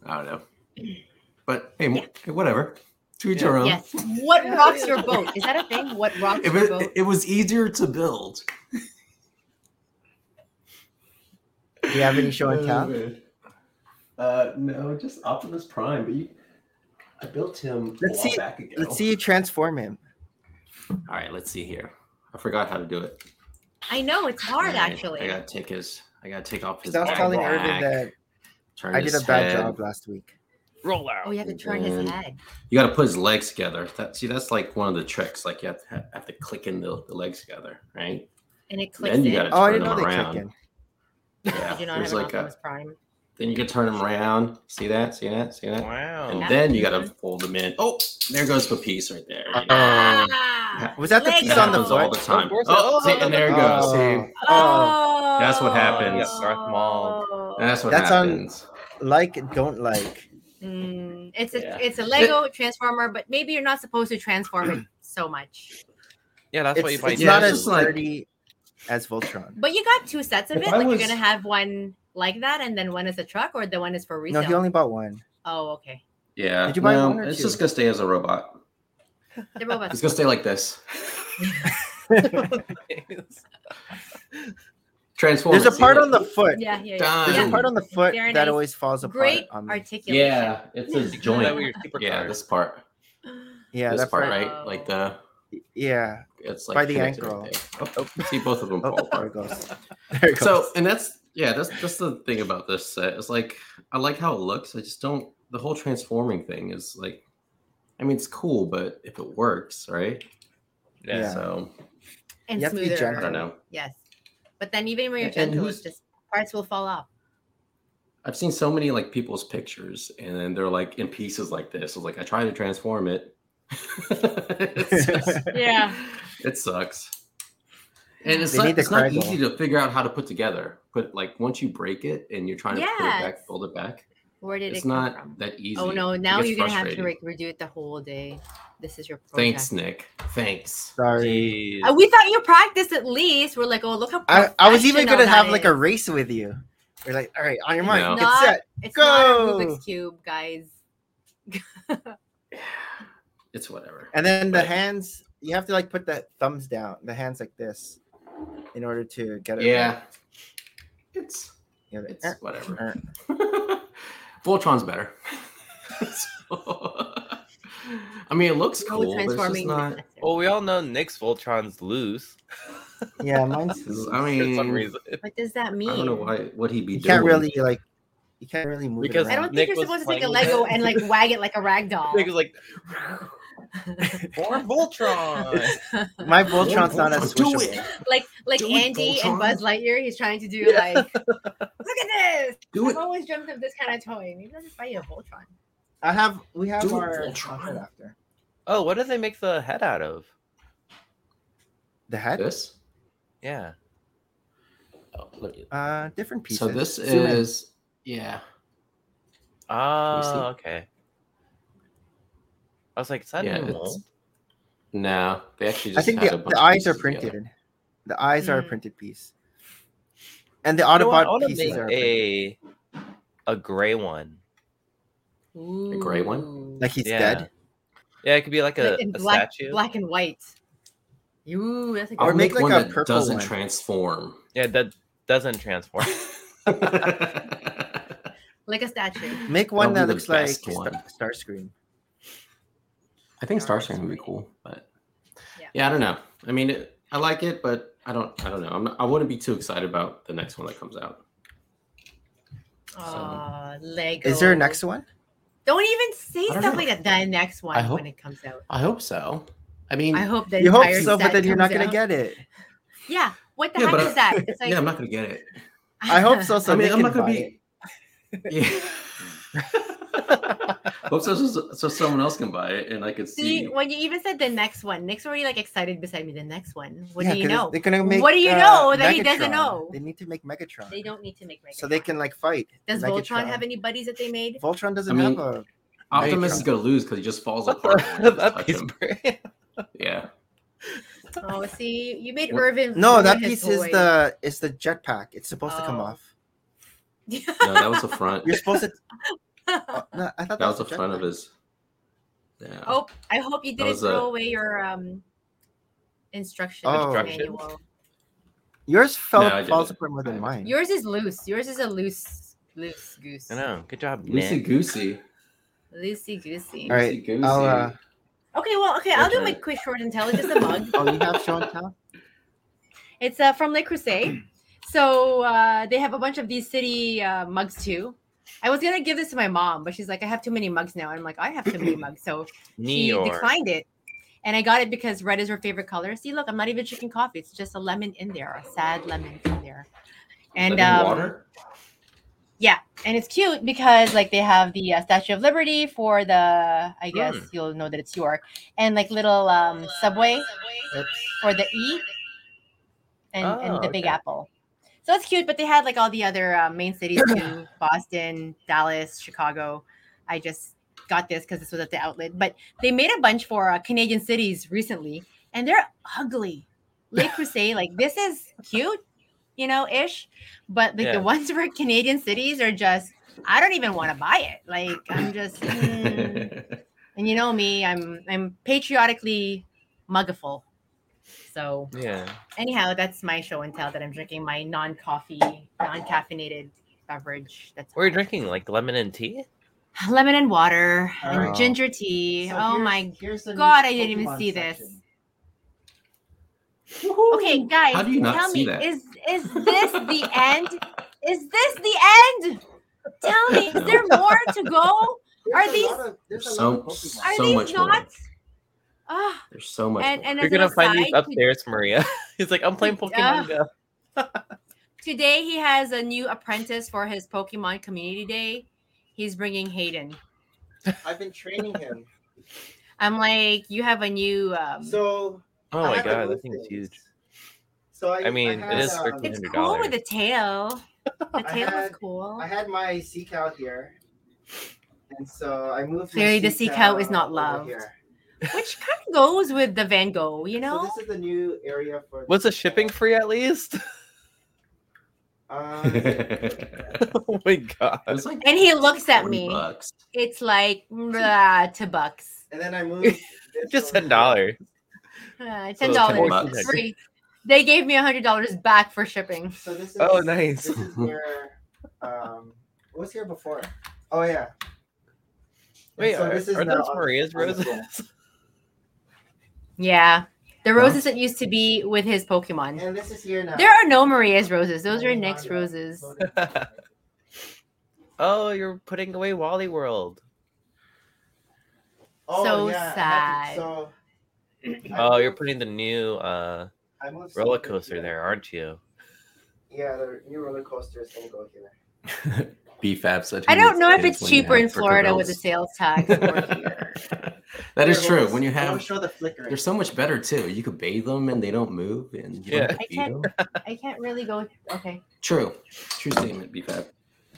I don't know. But hey, mo- hey, whatever. To each Yeah. your own. Yes. What rocks your boat? Is that a thing? What rocks If your it, boat? it was easier to build. Do you have any show and tell? Uh, no, just Optimus Prime. But you, I built him Let's while see- back ago. Let's see you transform him. All right, let's see here. I forgot how to do it. I know it's hard Alright, actually. I gotta take his. I gotta take off his. Because I was telling backpack, Irvin that turn I did a his bad head. job last week. Roll out. Oh, you have to turn his And- head. You gotta put his legs together. That see, that's like one of the tricks. Like you have to have, have to click in the, the legs together, right? And it clicks Then you in. gotta turn Oh, I didn't know him they around. click in. Yeah, Did you not there's have an like a, Oh. Optimus Prime? then you can turn him around. See that? See that? See that? And Wow. Yeah. then you gotta fold them in. Oh, there goes the piece right there. You know, Ah! Was that the Lego. piece Oh. that on the happens all foot? the time. course it- Oh, oh, see, no, and no, there it no. goes. See, Oh, That's what happens. Yeah, Darth Maul. that's what That's on- happens. Like, don't like. Mm, it's a Yeah. it's a Lego transformer, but maybe you're not supposed to transform it so much. Yeah, that's why you It's, buy. it's Yeah, not it's pieces. as just like- sturdy as Voltron. But you got two sets of If it. I Like was- you're gonna have one like that, and then one is a truck, or the one is for No, resale. he only bought one. Oh, okay. Yeah. Did you buy no, one or it's two? just gonna stay as a robot. The It's robots. gonna stay like this. Transform. There's a it, see part it? on the foot. Yeah, yeah, yeah. Done. There's a yeah. part on the foot Very that nice. always falls apart. Great on me. articulation. Yeah, it's his Isn't that what joint. your supercar Yeah, is? this part. yeah, this that part, part. right? Like the Yeah, it's like By the connected ankle. right there. Oh, see both of them Oh, fall there it apart. goes. There it goes. So and that's yeah, that's that's the thing about this set. It's like I like how it looks. I just don't the whole transforming thing is like I mean it's cool, but if it works, right? Yeah. So and You have to be smoother. I gentle. don't know. Yes, but then even when you're And- and gentle, who's- it's just parts will fall off. I've seen so many like people's pictures and then they're like in pieces like this. I was like, I tried to transform it. It's just- Yeah. It sucks. And it's, They not, need the it's not Craggle. easy to figure out how to put together. But like once you break it and you're trying to put it Yes. back, build it back. Where did It's it come not from? that easy. Oh no! It Now gets you're gonna have to frustrating. like redo it the whole day. This is your Thanks, project. Nick. Thanks. Sorry. Jeez. Uh, we thought you practiced at least. We're like, oh look how. I, I was even professional gonna that have like a is. race with you. We're like, all right, on your It's mark, not- get set. It's not a Go! Rubik's cube, guys. It's whatever. And then the Right. hands, you have to like put the thumbs down, the hands like this, in order to get it. yeah. It's You know, the- it's whatever. er, Voltron's better. So- I mean, it looks Always cool, but it's just into not. Blaster. Well, we all know Nick's Voltron's loose er. yeah, mine's. this is- I for some mean, reason. What does that mean? I don't know why. What he'd be You doing. can't really like. You can't really move Because- it I around. don't Nick think you're was supposed to take a playing- Lego and like wag it like a rag doll. Nick was like, more Voltron. My Voltron's not as Do switchable. it. like like Do it, Andy and Voltron. Buzz Lightyear, he's trying to do Yeah. like, look at this. Do I've it. always dreamt of this kind of toy. Maybe I'll just buy you a Voltron. I have. We have Do it, our Voltron. outfit after oh, what do they make the head out of? the head. This. Yeah. Oh, look. Uh, different pieces. So this Zoom in. is yeah. see? Oh, okay. I was like, is that Yeah, normal? it's- No, they actually I just. think had the, a bunch the of eyes are pieces together. printed. The eyes are a Mm. printed piece. And the You know what? I Autobot want to pieces make are printed. a a gray one. Ooh. gray one? like he's yeah. dead. Yeah, it could be like a, Like in a black, statue. black and white. You that's a I'll Or good make make, like one a that purple doesn't one. transform. Yeah, that doesn't transform. I like a statue. Make one That'll that be the looks like best Star, one. Starscream. think Star Star Trek Trek would be three. cool, but Yeah. yeah. I don't know. I mean, it, I like it, but I don't. I don't know. I'm not, I wouldn't be too excited about the next one that comes out. Uh, Lego. Is there a next one? Don't even say I don't stuff know. like that. The next one I hope- when it comes out. I hope so. I mean, I hope that You hope so, but then you're not gonna get it. Yeah. What the Yeah, heck but is I- that? It's yeah, I'm not gonna get it. I hope so. So I mean, Nick I'm not can gonna buy be. Yeah. hope so, so. So someone else can buy it, and I can see. See, when you even said the next one, Nick's already like excited beside me. The next one. What Yeah, do you 'cause know? They're gonna make, What do you uh, know that he doesn't Megatron. know? They need to make Megatron. They don't need to make Megatron. So they can like fight. Does Voltron Megatron. have any buddies that they made? Voltron doesn't I mean- have a. Optimus Megatron. is gonna lose because he just falls What apart. when the- you just that touch piece him. of- Yeah. Oh, see, you made What- Irvin. No, ruin that his piece is toy. the is the jetpack. It's supposed to come Oh. off. No, that was the front. You're supposed to. oh, no, I thought that was the a front of jetpack. his. Yeah. oh, I hope you didn't was a- throw away your um instruction Oh. manual. Yours fell No, I falls didn't. apart more than I- mine. Yours is loose. Yours is a loose, loose goose. I know. Good job, Lucy Nick. Goosey. Loosey goosey. All right, Loosey Goosey. I'll, uh, Okay, well, okay, I'll do my Okay. quick, short, and tell. It's just a mug. oh, you have Sean Town. It's uh, from Le Creuset. So uh, they have a bunch of these city uh, mugs too. I was gonna give this to my mom, but she's like, I have too many mugs now. And I'm like, I have too many mugs. So she Neor. declined it. And I got it because red is her favorite color. See, look, I'm not even drinking coffee. It's just a lemon in there, a sad lemon in there. And Living um, water. and it's cute because like they have the uh, Statue of Liberty for the I guess Mm. you'll know that it's York and like little um, subway for the E and, and Oh, the Big okay. Apple. So it's cute, but they had like all the other uh, main cities too Boston, Dallas, Chicago. I just got this because this was at the outlet, but they made a bunch for uh, Canadian cities recently and they're ugly. Le Creuset, like this is cute, you know, ish, but like Yeah. the ones for Canadian cities are just, I don't even want to buy it. Like I'm just, mm, and you know me, I'm I'm patriotically mugaful. So Yeah. anyhow, that's my show and tell that I'm drinking my non-coffee, non-caffeinated beverage. That's We're drinking like lemon and tea. lemon and water Oh. and ginger tea. So oh here's- my here's the new God, I didn't even Pokemon see this. section. Okay, guys, How do you not tell see me, that? is is this the end? Is this the end? Tell me, is there more to go? Are There's a these- lot of- there's a So- lot of Pokemon. Are So these much more. not? Ah, There's so much. and more. and You're as an gonna find these aside, could- upstairs, Maria. He's like, I'm playing Pokemon Go. Today he has a new apprentice for his Pokemon Community Day. He's bringing Hayden. I've been training him. I'm like, you have a new. Um, So Oh I my have to god, move that thing's things. huge. So I, I mean, had, it is um, it's $1,300. cool with the tail. The I tail is had- cool. I had my sea cow here, And so I moved. my Clearly the sea sea cow cow is not over loved. here. which kind of goes with the Van Gogh, you So know? this is the new area for. Was the shipping free at least? Uh, it oh my god. was like And he looks at 40 me. bucks. It's like "Nah, two bucks, and then I moved. this Just over ten dollars. Uh, So ten it's dollars $10. free. They gave me a hundred dollars back for shipping. here. So this is. Oh, nice. This is where. Um, what was here before? Oh yeah. And Wait, so are, this is are now those on- Maria's on the roses? floor. Yeah, the Huh? roses that used to be with his Pokemon. And uh, this is here now. There are no Maria's roses. Those are Maria's Nick's roses. oh, you're putting away Wally World. So Oh, I had sad. to- so I Oh, you're moved- putting the new uh, I moved some roller things coaster here. there, aren't you? Yeah, the new roller coaster is gonna go here. BFAB said. he I don't needs know if kids it's when you cheaper have in Florida with the Tinkerbells. sales tax or here. that is Here, true. we'll- When you we'll have, show the flickering. they're so much better too. You could bathe them and they don't move, and you Yeah. don't have I to feed can't- them. I can't really go. Okay, True, true statement. BFAB.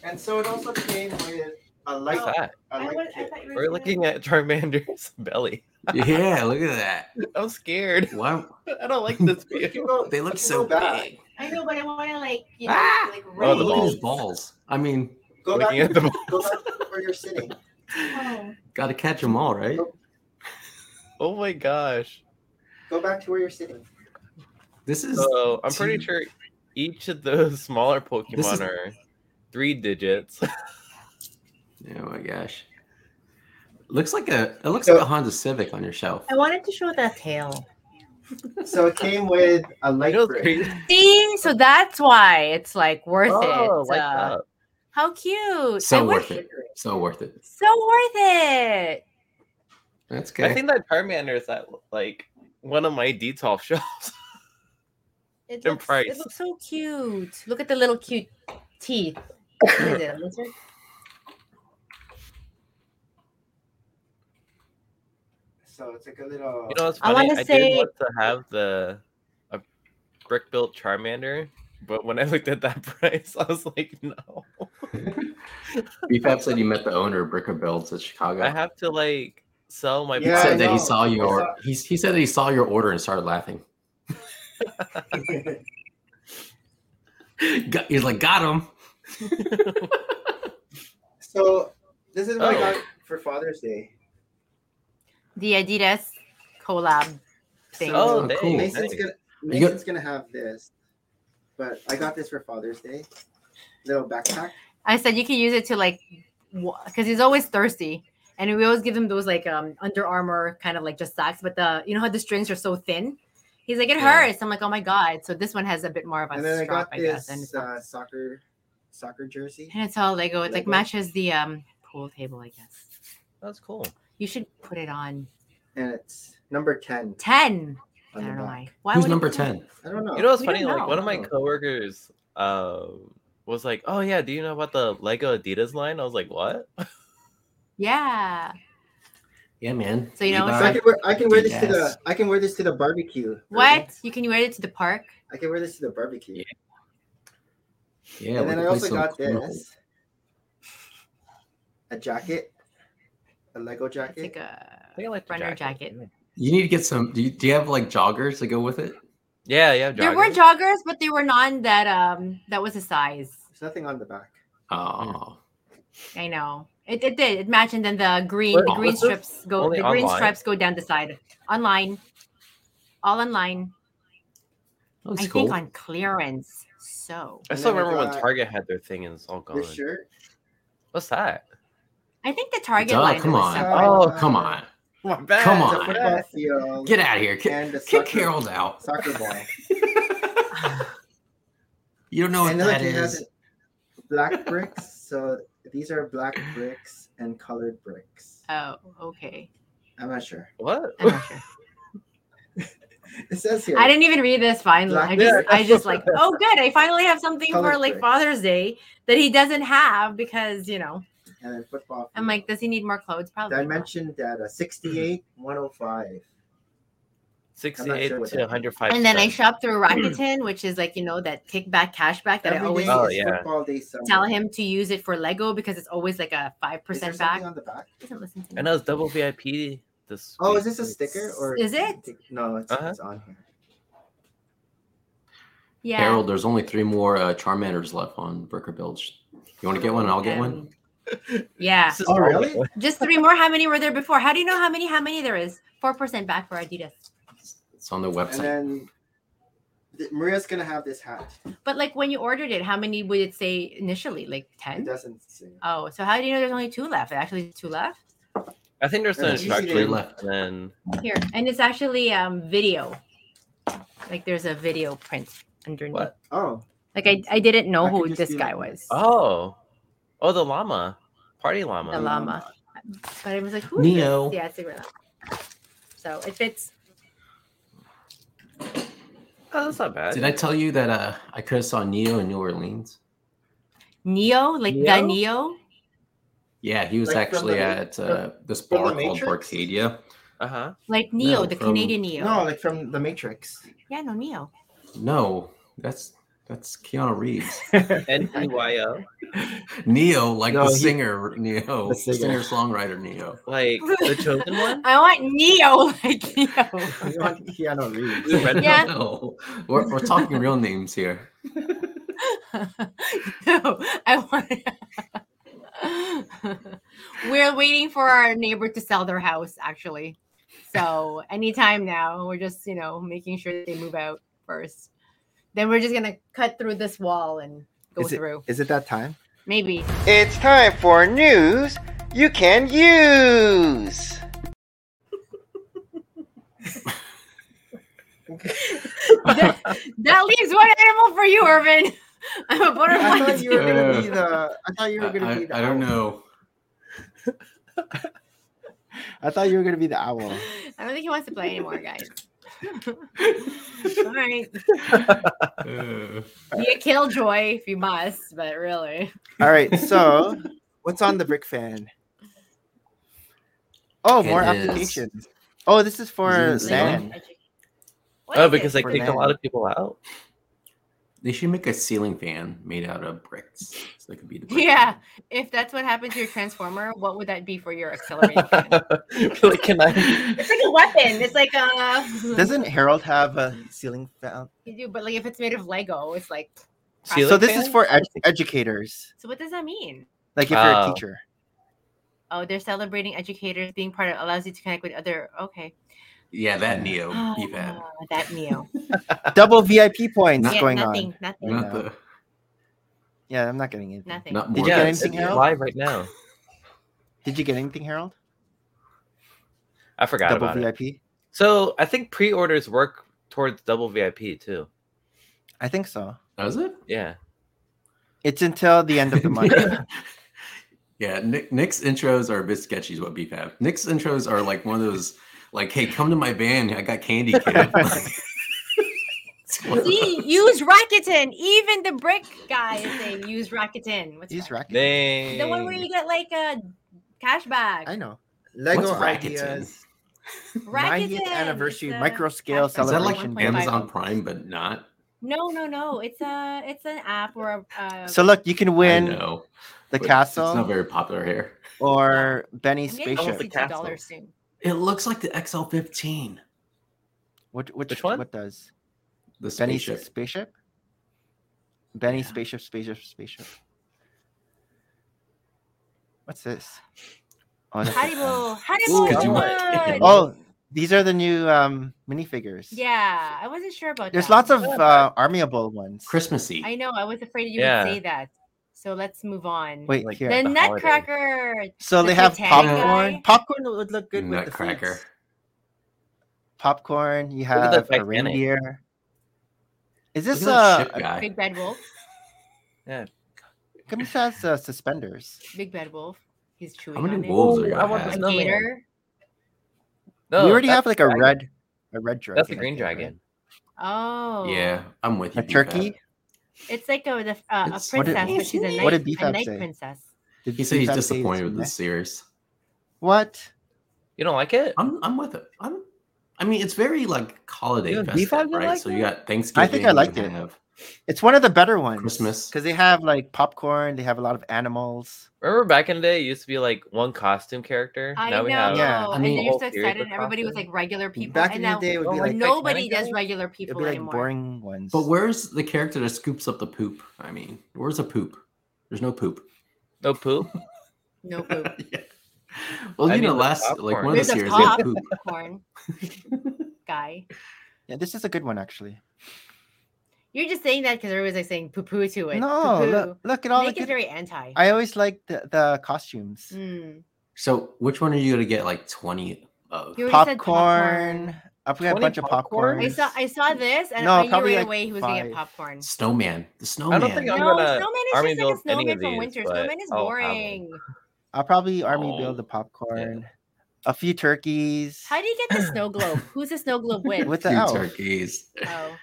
And so it also came with a light. What's that? A light was- kit. thought you were We're gonna- looking at Charmander's belly. Yeah, look at that. I'm scared. Wow, I don't like this You can view. go- they you look can so go back. big. I know, but I want to like you know Ah! like Oh, Look the at raise- his balls. I mean, Go back, Looking at the ball. go back to where you're sitting. Oh. got to catch them all, right? Oh my gosh. Go back to where you're sitting. This is So I'm pretty two- sure each of those smaller Pokemon is- are three digits. Oh my gosh. Looks like a it looks So- like a Honda Civic on your shelf. I wanted to show that tail. So it came with a I light know brick. three. See, so that's why it's like worth Oh, it. like Uh, that. How cute! I So wish- worth it. So worth it. So worth it. That's I good. think that Charmander is at like one of my Detolf shops. And It looks, price. it looks so cute. Look at the little cute teeth. What is it, a lizard? So it's like a little. You know what's I funny? I, wanna did say- want to have the a brick built Charmander, but when I looked at that price, I was like, no. BFAP said you met the owner of Bricker Builds at Chicago. I have to like sell my he Yeah, I said that know. he saw your I he, he said that he saw your order and started laughing. Got- He's like, got him. so this is what I Oh. got for Father's Day. The Adidas collab thing. Oh, Oh, dang, cool. Mason's nice. gonna You got- Mason's gonna have this, but I got this for Father's Day. Little backpack. I said you can use it to like, because he's always thirsty, and we always give him those like um Under Armour kind of like just socks, but the you know how the strings are so thin. He's like it Yeah. hurts. I'm like oh my god. So this one has a bit more of a and then I strap, got I, guess, this and it's, uh, soccer soccer jersey. and it's all Lego. It's like Lego. matches the um pool table, I guess. That's cool. You should put it on and it's number 10 ten. I on the don't know back. why. Why Who's would it number be 10? ten? I don't know. You know what's We funny? don't Like one of my know. coworkers um was like, Oh yeah, do you know about the Lego Adidas line? I was like, What? Yeah. Yeah, man. So you know, so I Levi. can wear, I can wear this to Yes. the I can wear this to the barbecue. What? Irvin. You can wear it to the park. I can wear this to the barbecue. Yeah, yeah. and we then I could play also some got cornhole. this. A jacket. A Lego It's like jacket. a I think I like the runner jacket. You need to get some. Do you, do you have like joggers to go with it? Yeah, yeah. There were joggers. joggers, but they were none that um that was a size. There's nothing on the back. Oh, I know. It, it did. It matched, and then the green Where- the green what's this? strips go. Only the green online? stripes go down the side. Online, all online. that looks I cool. think on clearance. So I And still then I remember when got Target had their thing and it's all gone. This shirt. What's that? I think the Target Duh, line. come was on. separate. Oh, Come on, Come Come It's on. a football field. get out of here. Kick, and a kick soccer- Harold out. Soccer ball. You don't know what and then like that it has is. it- black bricks. So these are black bricks and colored bricks. Oh, okay. I'm not sure. What? I'm not sure. It says here. I didn't even read this finally. I Black- just Yeah. I just like, oh good, I finally have something Color for like correct. Father's Day that he doesn't have because you know. And then football. I'm oh. field. oh like, does he need more clothes? Probably. not. dimension data 68 105 68 sure what to that is. 105. and then I shop through Rakuten, which is like you know that kickback cashback that I Every always day Oh, is yeah. football day somewhere. tell him to use it for Lego because it's always like a five Is there percent something back. on the back? He doesn't listen to me. I know it's double VIP this. Oh, week. is this a sticker or Is it? No, it's, Uh-huh. it's on here. Yeah. Harold, there's only three more uh, Charmanders left on Burger Bilge. You want to get one? I'll get one. Um, Yeah. This is Oh, all- really? Just three more. How many were there before? How do you know how many? How many there is? Four percent back for Adidas. It's on their And website. then th- Maria's gonna have this hat. But like when you ordered it, how many would it say initially? Like It ten. doesn't say. Oh, so how do you know there's only two left? Actually, two left I think there's an There's usually instruction left. left. And then here, and it's actually um video. Like there's a video print underneath. What? Oh, Like I, I didn't know I could who just this be guy like- was. oh, oh, the llama, party llama. the llama. But I was like, who is Neo. this? Yeah, it's a gorilla. So it fits. Oh, that's not bad. Did I tell you that uh, I could have saw Neo in New Orleans? Neo, like the Neo? Neo. Yeah, he was Like from actually the- at uh, this from bar the called Matrix? Barcadia. Uh huh. Like Neo, No, the from- Canadian Neo. no, like from The Matrix. Yeah, no Neo. No, that's that's Keanu Reeves. N E Y O. Neo, like No, the he- singer Neo, The singer singer. songwriter Neo. Like the chosen one. I want Neo like Neo. You want Keanu Reeves. The red Yeah. No, we're, we're talking real names here. no, I want. We're waiting for our neighbor to sell their house, actually. So anytime now, we're just you know making sure they move out first. Then we're just gonna cut through this wall and go Is it, through. is it that time? Maybe. It's time for news you can use. that, that leaves one animal for you, Irvin. I'm a I butterfly. thought you were gonna be Yeah. the. I thought you were gonna Uh, I, be the. I- I don't owl. know. I thought you were gonna be the owl. I don't think he wants to play anymore, guys. All right. Uh, Be a killjoy if you must, but really. All right, so what's on the brick fan? Oh, more It is- applications. Oh, this is for Is it land. ceiling? What Oh, is because it? they for kicked a men? lot of people out. they should make a ceiling fan made out of bricks. So they could be the brick Yeah, fan. if that's what happened to your transformer, what would that be for your accelerator? fan? like, can I? it's like a weapon. It's like uh, a. Doesn't Harold have a ceiling fan? You do, but like if it's made of Lego, it's like. Ceiling so this is fan? for ed- educators, So what does that mean? like if you're a Oh. teacher. Oh, they're celebrating educators being part of allows you to connect with other. Okay. Yeah, that Neo. Oh, Oh, Be that. Ah, that Neo. Double VIP points Not- yeah, going nothing, on. nothing, Not the Yeah, I'm not getting it. nothing. not Did more. you get than anything Neo. it's out? live right now. Did you get anything, Harold? I forgot Double about it. VIP. So I think pre-orders work towards double VIP too. I think so. Does it? Yeah. It's until the end of the month. Yeah, Nick, Nick's intros are a bit sketchy, is what beef have. Nick's intros are like one of those, like, hey, come to my band. I got candy, kid. It's one of See, those. use Rakuten. Even the brick guy is saying use Rakuten. What's Use Rakuten? racket. Dang. The one where you get like a cash I back. know. Lego What's Rakuten? ideas. 90th Rakuten. anniversary It's a micro scale cash back. Is that like celebration. 1.5. Amazon Prime, but not? No, no, no. It's a it's an app or a uh, So look, you can I win know, the but It's castle not very popular here. or Benny's I'm getting Almost spaceship. like- sixty dollars soon. It looks like the XL15, What which, Which one? What does the Benny's spaceship. spaceship? Benny's Yeah. spaceship, spaceship, spaceship. What's this? Oh, that's the fan. Haribo, Ooh, Haribo, could you come imagine? on. oh, these are the new um minifigures. Yeah, I wasn't sure about There's that. lots of uh, armeable ones. Christmassy. I know. I was afraid you Yeah. would say that. So let's move on. Wait, Like here. the, the holiday. Nutcracker. so the they have Titanic popcorn. guy. Popcorn would look good with the Nutcracker. foods. popcorn. You at the have a Titanic. reindeer. Is Look this at that uh? ship guy. Big Bad Wolf. Kamisa has uh, suspenders. Big Bad Wolf. He's chewing How many on it. wolves are Ooh, you I want have? the snowman. Gator. No, we already that's have like a dragon. red, a red dragon. That's the I green think, right? dragon. Oh. Yeah, I'm with you. A B-Fab. turkey. It's like a, the, uh, a princess, It's- What did- but she's a knight, what did a B-Fab knight say? princess. Did He said he's Zab say it's disappointed with meh? the series. What? You don't like it? I'm, I'm with it. I'm I mean, it's very like holiday You know, festive, Beefhead, you right? like so that? you got Thanksgiving. I liked you it. have- It's one of the better ones. Christmas. because they have like popcorn. They have a lot of animals. Remember back in the day, it used to be like one costume character. I now know. we have Yeah, and I then mean- whole you're so series excited, of and everybody was like costumes. regular people. Back and in now the day, it would be Oh like my nobody Titanic does guy? regular it'd people be like anymore. boring ones. But where's the character that scoops up the poop? I mean, where's the poop? There's no poop. no poop. No poop. Yeah. Well, I you know, mean, the last like popcorn. one of the There's a series, they had pop. poop. Corn guy. yeah, this is a good one actually. You're just saying that because everybody's like saying poo poo to it. No, Poo-poo. look, look at all the Nick is good. very anti. I always like the, the costumes. Mm. So, which one are you gonna get like twenty of? You already said Popcorn. I forgot a 20 bunch of popcorn. popcorn? I saw I saw this and No, I knew probably right like away he was gonna get five. popcorn. Snowman. The snowman. I don't think I'm no, gonna snowman is army just like a build any snowman of from these, winter. but Snowman is I'll have one. boring. I'll probably army Oh, build the popcorn. A few turkeys. How do you get the snow globe? Who's the snow globe with? With two the elf. turkeys. oh.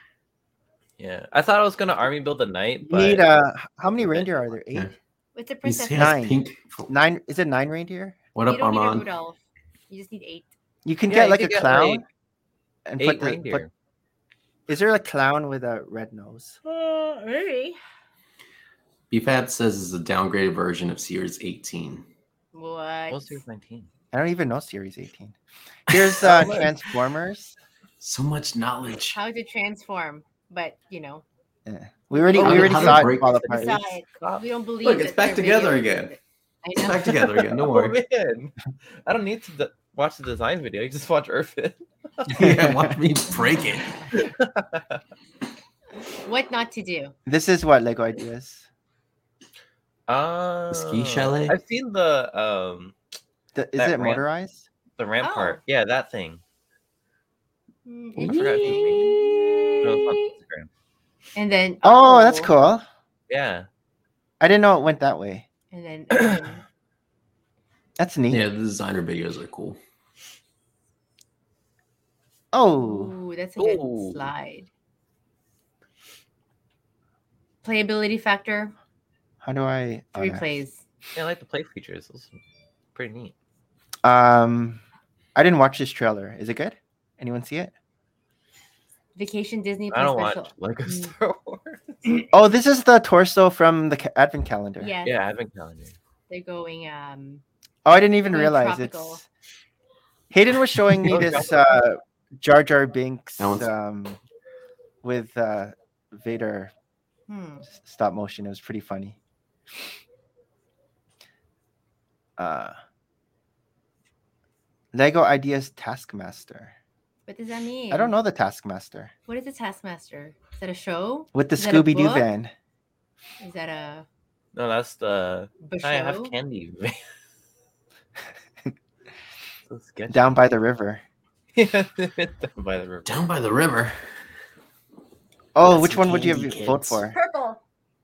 Yeah, I thought I was gonna army build the knight, You but need uh how many reindeer are there? Eight? Yeah. It's a He has princess. You Nine. pink. f- Nine is it nine reindeer? What up, don't need a Armand? Rudolph. You just need eight. You can Yeah, get you like could a get, clown like, and eight put the put- reindeer. is there a clown with a red nose? Uh, really? BFAB says it's a downgraded version of Sears 18. What? What's series nineteen? I don't even know series 18. Here's uh Transformers. So much knowledge. How to transform? But you know, Yeah. We already Oh, How we to- already how to saw it break fall this apart. we saw it. We don't believe. Look, it's that they're back together videos. again. I It's know. back together again. Don't worry. Oh, man. I don't need to d- watch the design video. You just watch Irfin. yeah, watch me break it. What not to do? This is what Lego ideas. Uh, ski chalet? I've seen the um The, is That it ramp. motorized? the ramp Oh. part. Yeah, that thing. Mm, I forgot who made it. No, it's on Instagram. And then Oh, that's cool. Yeah. I didn't know it went that way. And then um, That's neat. Yeah, the designer videos are cool. Oh, ooh, that's a good Ooh. slide. Playability factor how do I oh, three yeah. plays. Yeah, I like the play features. It was pretty neat. Um, I didn't watch this trailer. Is it good? Anyone see it? Vacation Disney I Plus don't special. watch Lego Mm. Star Wars. Oh, this is the torso from the ca- advent calendar. Yeah, Yeah, I haven't counted. it. they're going. Um, Oh, I didn't even Going realize tropical. it's. Hayden was showing me Going this uh, Jar Jar Binks That one's- um, with uh, Vader hmm. s- stop motion. It was pretty funny. Uh, Lego Ideas Taskmaster. What does that mean? I don't know the Taskmaster What is a Taskmaster? Is that a show? with the Is that a Scooby Doo book? van. Is that a, No, that's the a show? I have candy. so sketchy. down by the river. Yeah, down by the river. Down by the river. Oh, That's which some one would you candy, vote kids. for? Purple.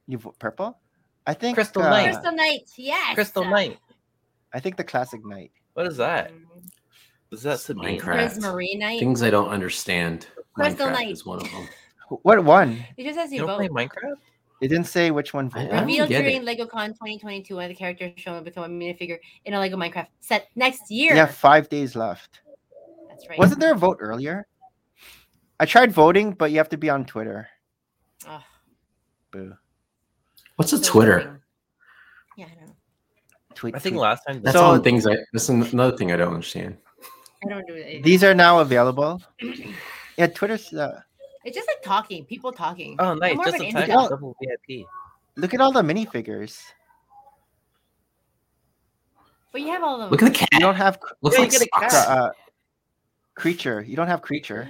You vote purple? I think Crystal uh, Knight. Crystal Knight. Yes. Crystal Knight. I think the classic knight. What is that? Mm, Is that Sabine? Minecraft. Rosemary Knight. Things I don't understand. Crystal Minecraft Knight. is one of them. Wh- What one? It just says You you don't vote. play Minecraft? It didn't say which one. I- voted. I don't Revealed get during it. LegoCon 2022, one of the characters shown will become a minifigure in a Lego Minecraft set next year. You have five days left. That's right. Wasn't there a vote earlier? I tried voting, but you have to be on Twitter. Ugh, Boo. What's a so Twitter? annoying. Yeah, I don't know. Tweet. I think tweet. last time. That's So- all the things I. That's an- another thing I don't understand. I don't do it. these are now available. Yeah, Twitter's. Uh, It's just like talking, people talking. Oh, nice! more of Just an in time indie. for double VIP. look at all the minifigures. But you have all of them. Look at the You cat. don't have cr- Looks Oh. Yeah, you like get a socks. the, uh, creature. You don't have creature.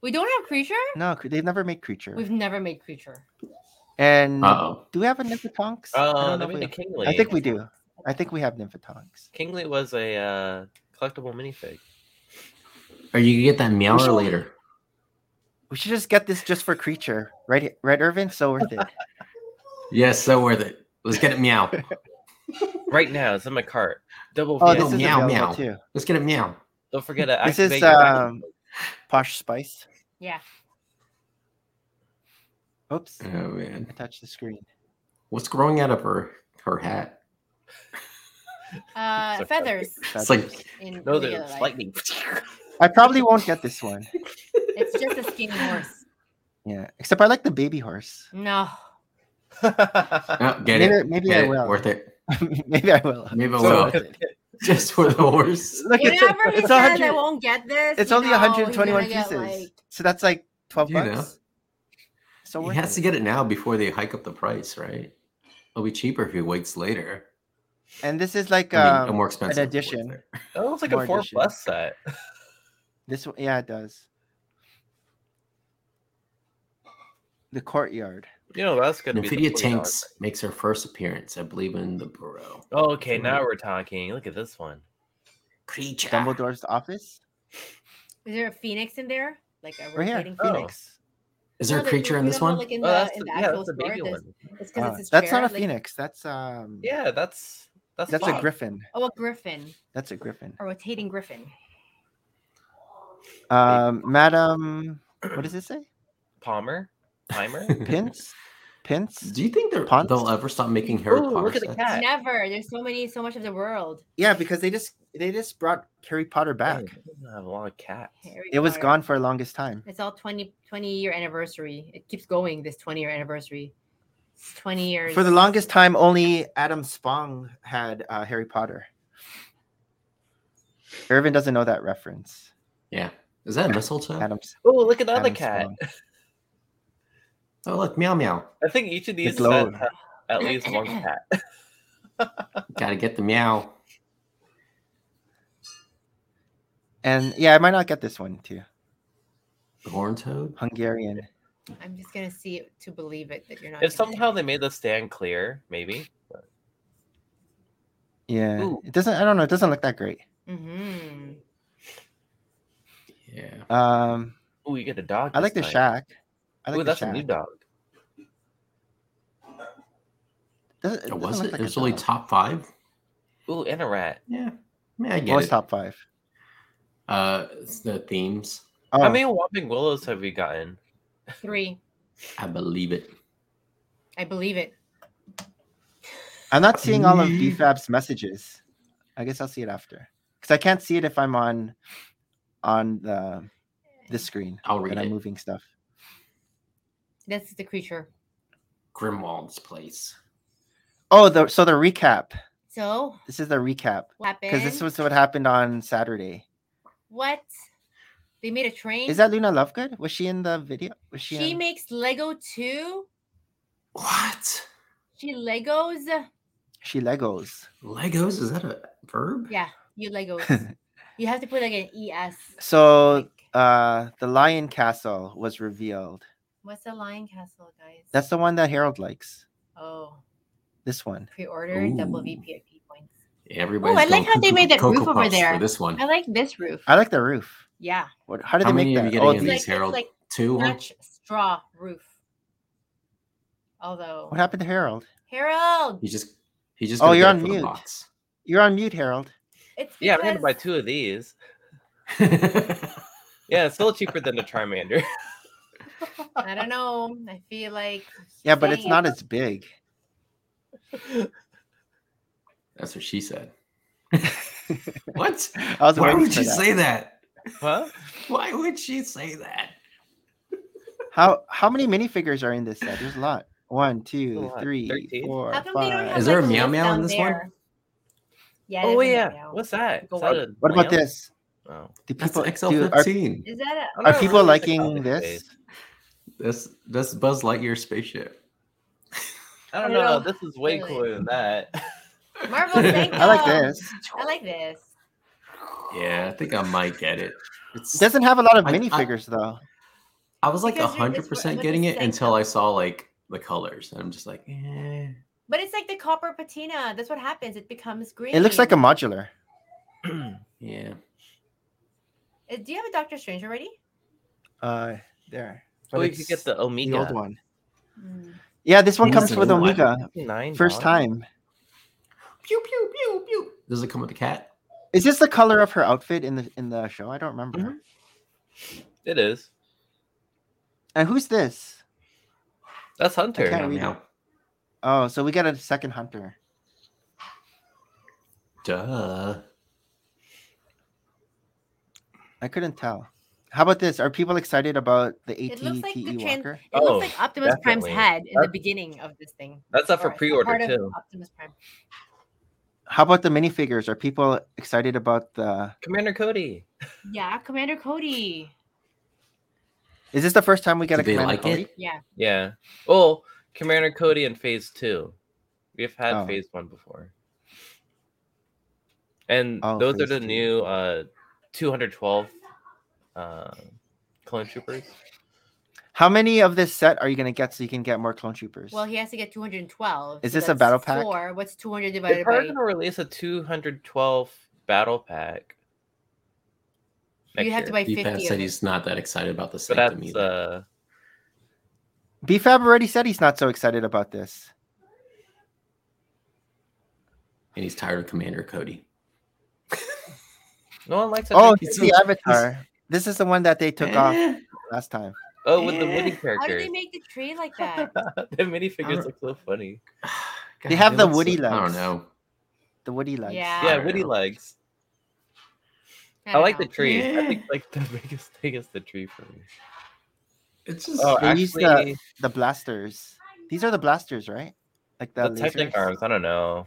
we don't have creature. No, cr- they've never made creature. We've never made creature. And Uh-oh. do we have a Nymphotonks? Uh, I, Oh, don't know that if we made have- Kingley. I think we do. I think we have Nymphotonks. Kingley was a uh, collectible minifig. Or you can get that meower later. We should just get this just for creature, right? Right, Irvin. So worth it. Yes, so worth it. Let's get it meow. Right now, it's in my cart. Double Oh, VIP. no, this is meow, available meow. too. Let's get it meow. Don't forget to This is, activate your vacuum um, code. Posh Spice. Yeah. Oops, Oh I man, touched the screen. what's growing out of her her hat? Uh, Sorry. feathers. It's like In No, real there's life. lightning. I probably won't get this one. It's just a skinny horse. Yeah, except I like the baby horse. No. oh, get maybe it. maybe Get I it. will. Worth it. maybe I will. Maybe I So- will. Just for the horse. Look, it's, Whenever he it's, says 100, I won't get this, it's you only know, he's 121 gonna get, pieces. like- so that's like 12 You know. bucks. So He worth has it. to get it now before they hike up the price, right? It'll be cheaper if he waits later. And this is like I mean, um, more expensive. if he waits addition. later. That looks like More a four edition. plus set. this one. Yeah, it does. The courtyard. You know that's gonna be. the Nvidia $40. Tanks makes her first appearance, I believe, in the Burrow. Oh, okay, now we're talking. Look at this one. Creature. Dumbledore's office. Is there a phoenix in there? Like a Right here. rotating Oh. phoenix? Is there No, a like, creature you in know this how, one? Like in oh, the, that's in the, the yeah, actual that's the store, baby there's- one. It's because Uh, it's his that's chair, not a like- phoenix. That's um. Yeah, that's that's. That's a Fox. griffin. Oh, a griffin. That's a griffin. A rotating griffin. Um, Madam, what does it say? Palmer. Palmer. Pince, Pince. Do you think they're, Ponce? they'll ever stop making Harry Ooh, Potter look at the sets? cat. Never. There's so many, so much of the world. Yeah, because they just they just brought Harry Potter back. Dang, I have a lot of cats. Harry It was Potter. gone for the longest time. It's all 20, 20 year anniversary. It keeps going. This twenty year anniversary. It's twenty years For the longest time, only Adam Spong had uh, Harry Potter. Irvin doesn't know that reference. Yeah. Is that a mistletoe? Adam's Oh, look at the other Adam's cat. wrong. Oh, look, meow meow. I think each of these glow. sets have at least one cat. Gotta get the meow. and yeah, I might not get this one too. The horn toad? Hungarian. I'm just gonna see it to believe it that you're not. If gonna- somehow they made the stand clear, maybe. Yeah, Ooh. it doesn't. I don't know. It doesn't look that great. Mhm. Yeah. Um, Oh, you get a dog. I like the this time. shack. I like Ooh, the that's shack. a new dog. Doesn't- it Oh, doesn't was look it? like it a was only dog. top five? Ooh, and a rat. Yeah. I mean, I What get was it. top five? Uh, it's the themes. Oh, How many whopping willows have we gotten? Three. I believe it. I believe it. I'm not seeing all of Mm. BFAB's messages. I guess I'll see it after because I can't see it if I'm on on the the screen I'll and read I'm it. moving stuff. That's the creature. Grimwald's place. Oh, the, so the recap. So This is the recap what happened? because this was what happened on Saturday. what they made a train. Is that Luna Lovegood? Was she in the video? Was she? she in- makes Lego too? What? She Legos. she Legos. Legos? Is that a verb? Yeah, you Legos. you have to put like an es. So like- uh the Lion Castle was revealed. What's the Lion Castle, guys? That's the one that Harold likes. oh This one. pre-order double Ooh. VPIP points. Everybody's Oh, I like going how they cuckoo made that for Cocoa roof over Puffs there. For this one. I like this roof. I like the roof. Yeah, What? How did How they many make are you that? getting Oh, in it's the- like, these, it's Harold? like Two? huh? Dutch straw roof. Although what happened to Harold? Harold, He just he just Oh, gotta you're get on it for mute. The box. You're on mute, Harold. it's Yeah, I'm gonna buy because- two of these. Yeah, it's still cheaper than the Charmander. I don't know. I feel like Yeah, but it's Dang. not as big. That's what she said. what? I was Why waiting would for she that. say that? huh? Why would she say that? How how many minifigures are in this set? There's a lot. One, a two, lot. three, Thirteen? four, how come they don't five. have Is there a like, meow list meow in down this one? there? Yeah. Oh there's a yeah. meow meow. What's that? Go Is that on. a what about lamp? this? Oh. Do That's people do, are, XL15. Is that a? I'm are not people really liking into this? That's that's Buzz Lightyear spaceship. I don't I don't know. know. This is way Really. cooler than that. Marvel Psycho. I like this. I like this. Yeah, I think I might get it. It's, It doesn't have a lot of I- I- minifigers though. I was like Because you're- it's hundred percent what- getting what it is until Psycho? I saw like the colors, and I'm just like, eh. But it's like the copper patina. That's what happens. It becomes green. It looks like a modular. yeah. Uh, Do you have a Doctor Strange already? Uh there. But Oh, you it's could get the the Omega. old one. Yeah, this one This comes is with the new one. Omega. Nine First dollars? time. Pew pew pew pew. Does it come with a cat? Is this the color of her outfit in the in the show? I don't remember. Mm-hmm. Mhm. It is. And who's this? That's Hunter. Oh, can't read Meow. Oh, so we got a second hunter. Duh. I couldn't tell. How about this? Are people excited about the ATTE It looks like the trans- E Walker? It Oh, looks like Optimus Prime's definitely. head in the That's- beginning of this thing. That's up for Or pre-order, part of too. Optimus Prime. How about the minifigures? Are people excited about the? Commander Cody. Yeah, Commander Cody. Is this the first time we get Do a they Commander like Cody? it? Yeah. Yeah. Oh, Commander Cody in phase two. We've had Oh. phase one before. And Oh, those are phase the two. new uh 212 uh clone troopers. How many of this set are you gonna get so you can get more clone troopers? Well, he has to get 212. Is so this a that's battle pack? Four. What's 200 They're divided by? probably gonna release a 212 battle pack. next You have year. to buy 50. Defense of said it. he's not that excited about the but sanctum that's either. uh BFAB already said he's not so excited about this. and he's tired of Commander Cody. no one likes it. Oh, Thank you. it's it's the a- avatar. This is the one that they took off Eh, last time. oh, with the Yeah. Woody How do character. they make the tree like that? the minifigures don't- look so funny. God, They have it the looks Woody like- I don't legs. know. The Woody legs. Yeah. Yeah, don't Woody know. legs. I, don't like know. the tree. I Yeah. think like the biggest thing is the tree for me. It's just Oh, They use actually, the- The blasters. These are the blasters, right? Like the, the Technic lasers? arms. I don't know.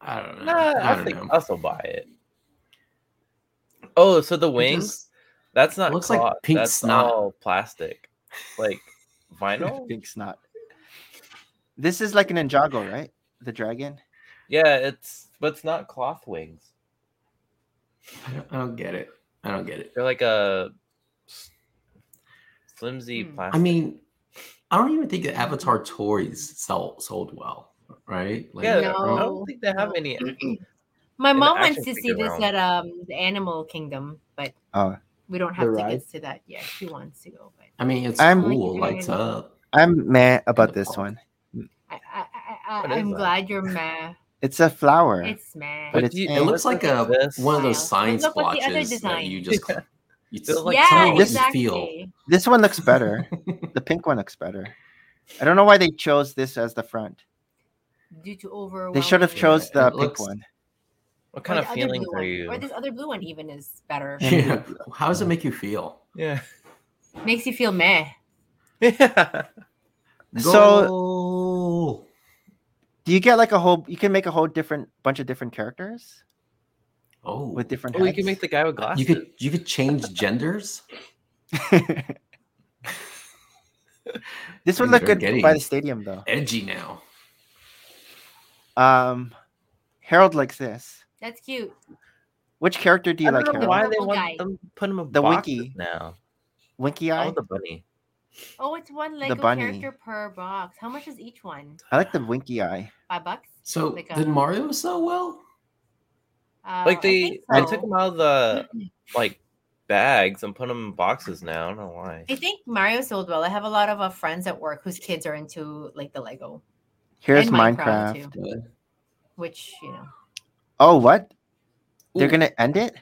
I don't Nah, know. I I, don't think know. I'll still buy it. Oh, so the It wings? just- that's not looks like cloth, pink That's snot. all plastic, like vinyl. Big snot. This is like an Ninjago, right? The dragon. yeah, it's but it's not cloth wings. I don't- I don't get it. I don't get it. They're like a s- flimsy Hmm. I plastic. I mean, I don't even think the Avatar toys sold sold well, right? Like, yeah, I No. don't think they have any. My the mom wants action to see figure this realm. at um the Animal Kingdom, but Oh. we don't The have ride? tickets to that yet. She wants to go, but I mean, it's I'm- cool, lights up. I'm mad about this one. I, I, I, What I is I'm that? glad you're meh. It's a flower. It's meh. But But it's you- pink. It looks like a this. one of those Wow. sign Look what the other splotches that design. you just you Feels like yeah, tell something. what you exactly. This one looks better. the pink one looks better. I don't know why they chose this as the front. Due to over. They should have chose the it pink looks- one. What kind of feelings are Or you? this other blue one even is better. feel. Yeah. How does it make you feel? Yeah. Makes you feel meh. yeah. So- Goal. Do you get like a whole? You can make a whole different bunch of different characters oh, with different. Oh, you hats? can make the guy with glasses. you could you could change genders. this would Things look are good getting- by the stadium though. Edgy now. Um, Harold likes this. That's cute. Which character do you I don't know like, Harold? why they Purple want guy. them put him in The the Wiki. wiki now. Winky I Eye. want the bunny. Oh, it's one Lego bunny. character per box. How much is each one? I like the Winky Eye. Five bucks? So Like a- did Mario sell well? Uh, like I, they, think they so. took them out of the like bags and put them in boxes now. I don't know why. I think Mario sold well. I have a lot of uh, friends at work whose kids are into like the Lego, Here's And Minecraft, Minecraft. too. which you know. Oh, what? They're Ooh. gonna end it.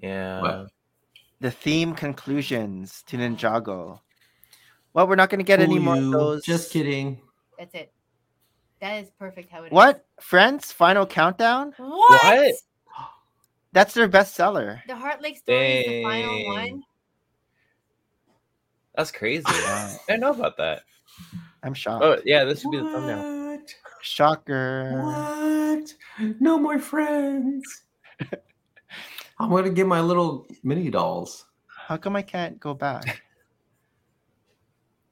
Yeah. What? The theme conclusions to Ninjago. Well, we're not gonna get any Ooh, more of you- those. Just kidding. That's it. That is perfect how it is. What? Friends, Final Countdown? What? What? That's their bestseller. The Heart Lake story is the final Dang. one. That's crazy. I Wow. didn't know about that. I'm shocked. Oh yeah, this should be the thumbnail. Shocker. What? No more friends. I'm gonna get my little mini dolls. How come I can't go back?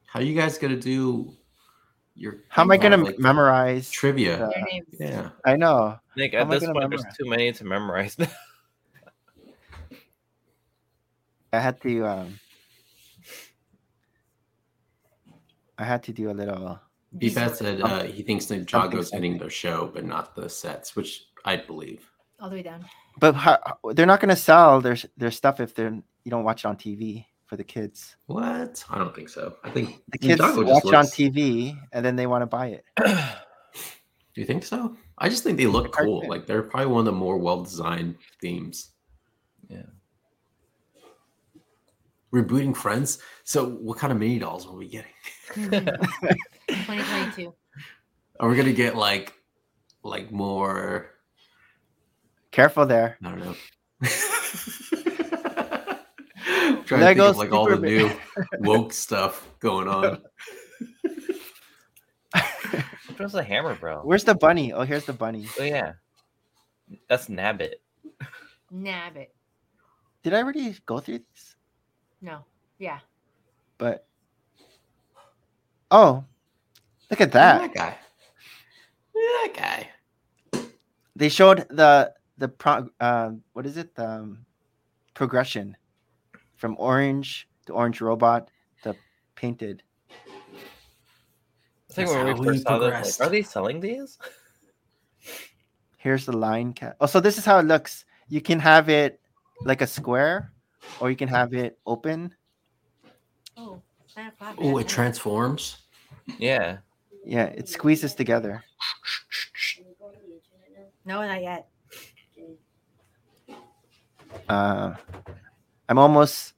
How you guys gonna do your? How am I gonna like, memorize? trivia? the- Their names. yeah, I know. Nick, How at am I this gonna point, memorize? there's too many to memorize. I had to. Um, I had to do a little. Beefhead said uh, he thinks Ninjago's something. hitting their show, but not the sets, which I believe. All the way down. But how, they're not gonna sell their their stuff if they're you don't watch it on TV for the kids. What? I don't think so. I think The kids Ninjago watch it on looks- TV and then they want to buy it. Do you think so? I just think they look Hard cool. to- Like they're probably one of the more well-designed themes. Yeah. Rebooting Friends. So, what kind of mini dolls are we getting? 2022. Are we gonna get like like more. Careful there. I don't know. I'm trying to There think goes of like all the new Superman. woke stuff going on. Which one's the hammer, bro? Where's the bunny? Oh, here's the bunny. oh yeah, that's Nabbit. Nabbit. Did I already go through these? No. Yeah. But oh, look at Look that. at that guy. Look at that guy. They showed the the pro um what is it the um, progression from orange to orange robot to painted. I think That's when we how first we saw this, progressed. like, are they selling these? Here's the line cat. Oh, so this is how it looks. You can have it like a square, or you can have it open. Oh. that probably- Oh, it transforms. Yeah. Yeah, it squeezes together. No, not yet. Uh, I'm almost.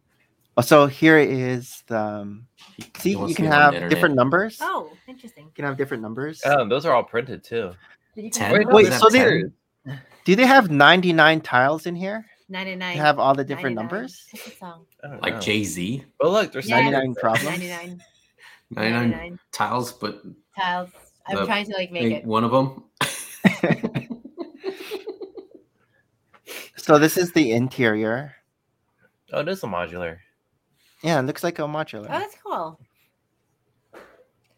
oh, So here is the. Um, see, wants you to be on can the have internet. different numbers. You Oh, interesting. can have different numbers. Oh, those are all printed too. Did you Ten? Wait, Wait, Wait, Is that so they, 10? do they have 99 tiles in here? They 99. have all the different 99. numbers? What's the song? I don't Like know. Jay Z, Oh look, there's Yeah. 99 problems? 99. 99 99 tiles, but tiles. I'm The- trying to like make ain't it. one of them. So this is the interior. Oh, it is a modular. Yeah, it looks like a Oh, modular. that's cool.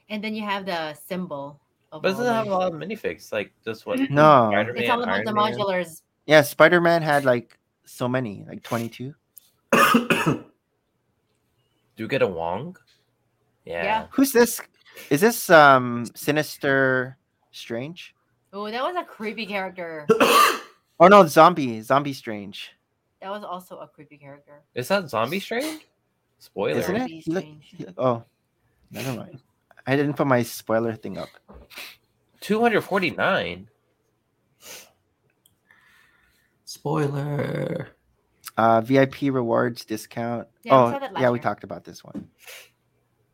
And then you have the symbol. Of But it doesn't all have the- a lot of minifigs. Like just what? Mm-hmm. No. Spider-Man, It's all about the Iron Man. modulars. Yeah, Spider Man had like so many, like 22. Do you get a Wong? Yeah. Yeah. Who's this? Is this um Sinister Strange? Oh, that was a creepy character. Oh no, Zombie, Zombie Strange. That was also a creepy character. Is that Zombie Strange? Spoiler. Isn't it? Zombie He look- Strange. he- oh, never mind. I didn't put my spoiler thing up. 249. Spoiler. Uh, VIP rewards discount. Yeah, we saw oh, that yeah, last we year. talked about this one.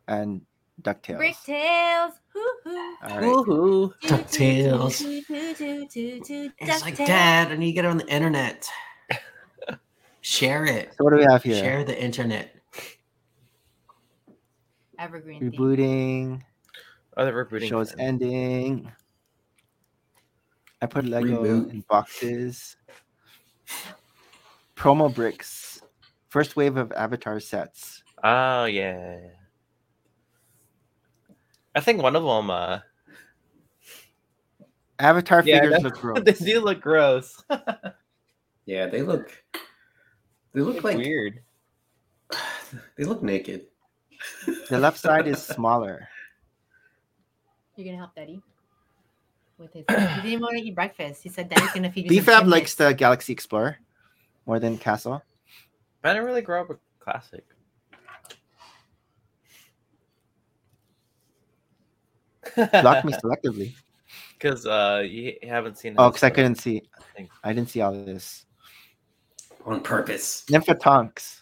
And Ducktales. Brick tails. Hoo hoo. All right. Woohoo. Doo, doo, doo, DuckTales. doo, doo, doo, doo, doo, It's like, DuckTales. Dad, I need to get it on the internet. Share it. So what do we have here? Share the internet. Evergreen. theme. Rebooting. Other recruiting. Show's friend. ending. I put Lego Reboot. in boxes. Promo bricks. First wave of Avatar sets. Oh yeah. I think one of them. Uh, Avatar Yeah, figures that's- look gross. they do look gross. Yeah, they look. They look It's like weird. they look naked. The left side is smaller. You're gonna help Daddy. With his, he didn't want to eat breakfast. He said Daddy's gonna feed me. some BFAB chicken." likes the Galaxy Explorer more than Castle. I didn't really grow up with classic. Block me selectively. because uh, you haven't seen. Oh, his, because I uh, couldn't see. thing. I didn't see all of this. on purpose. Nymphotonks.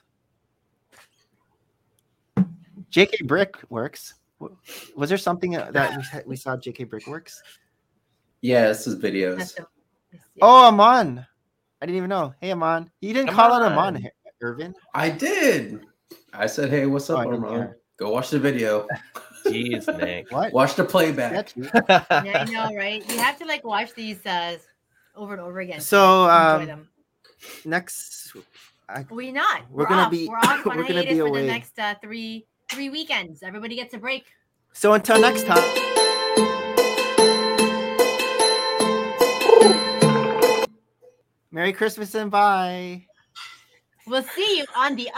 JK Brickworks. W- Was there something uh, that we, sa- we saw JK Brickworks? Yeah, this is That's videos. the- yes, yes. Oh, Amon. I didn't even know. Hey, Amon. You didn't call out Amon, Amon. Ir- Irvin. I did. I said, hey, what's Oh, I up, didn't Armand? hear. Go watch the video. Jeez, Nick. What? Watch the playback. That's you. Yeah, I know, right? You have to like watch these uh, over and over again. So to enjoy um, them. next, we not. we're gonna off. be- We're, off on we're gonna be hiatus for away. the next uh, three three weekends. Everybody gets a break. so until next time. Merry Christmas and bye. We'll see you on the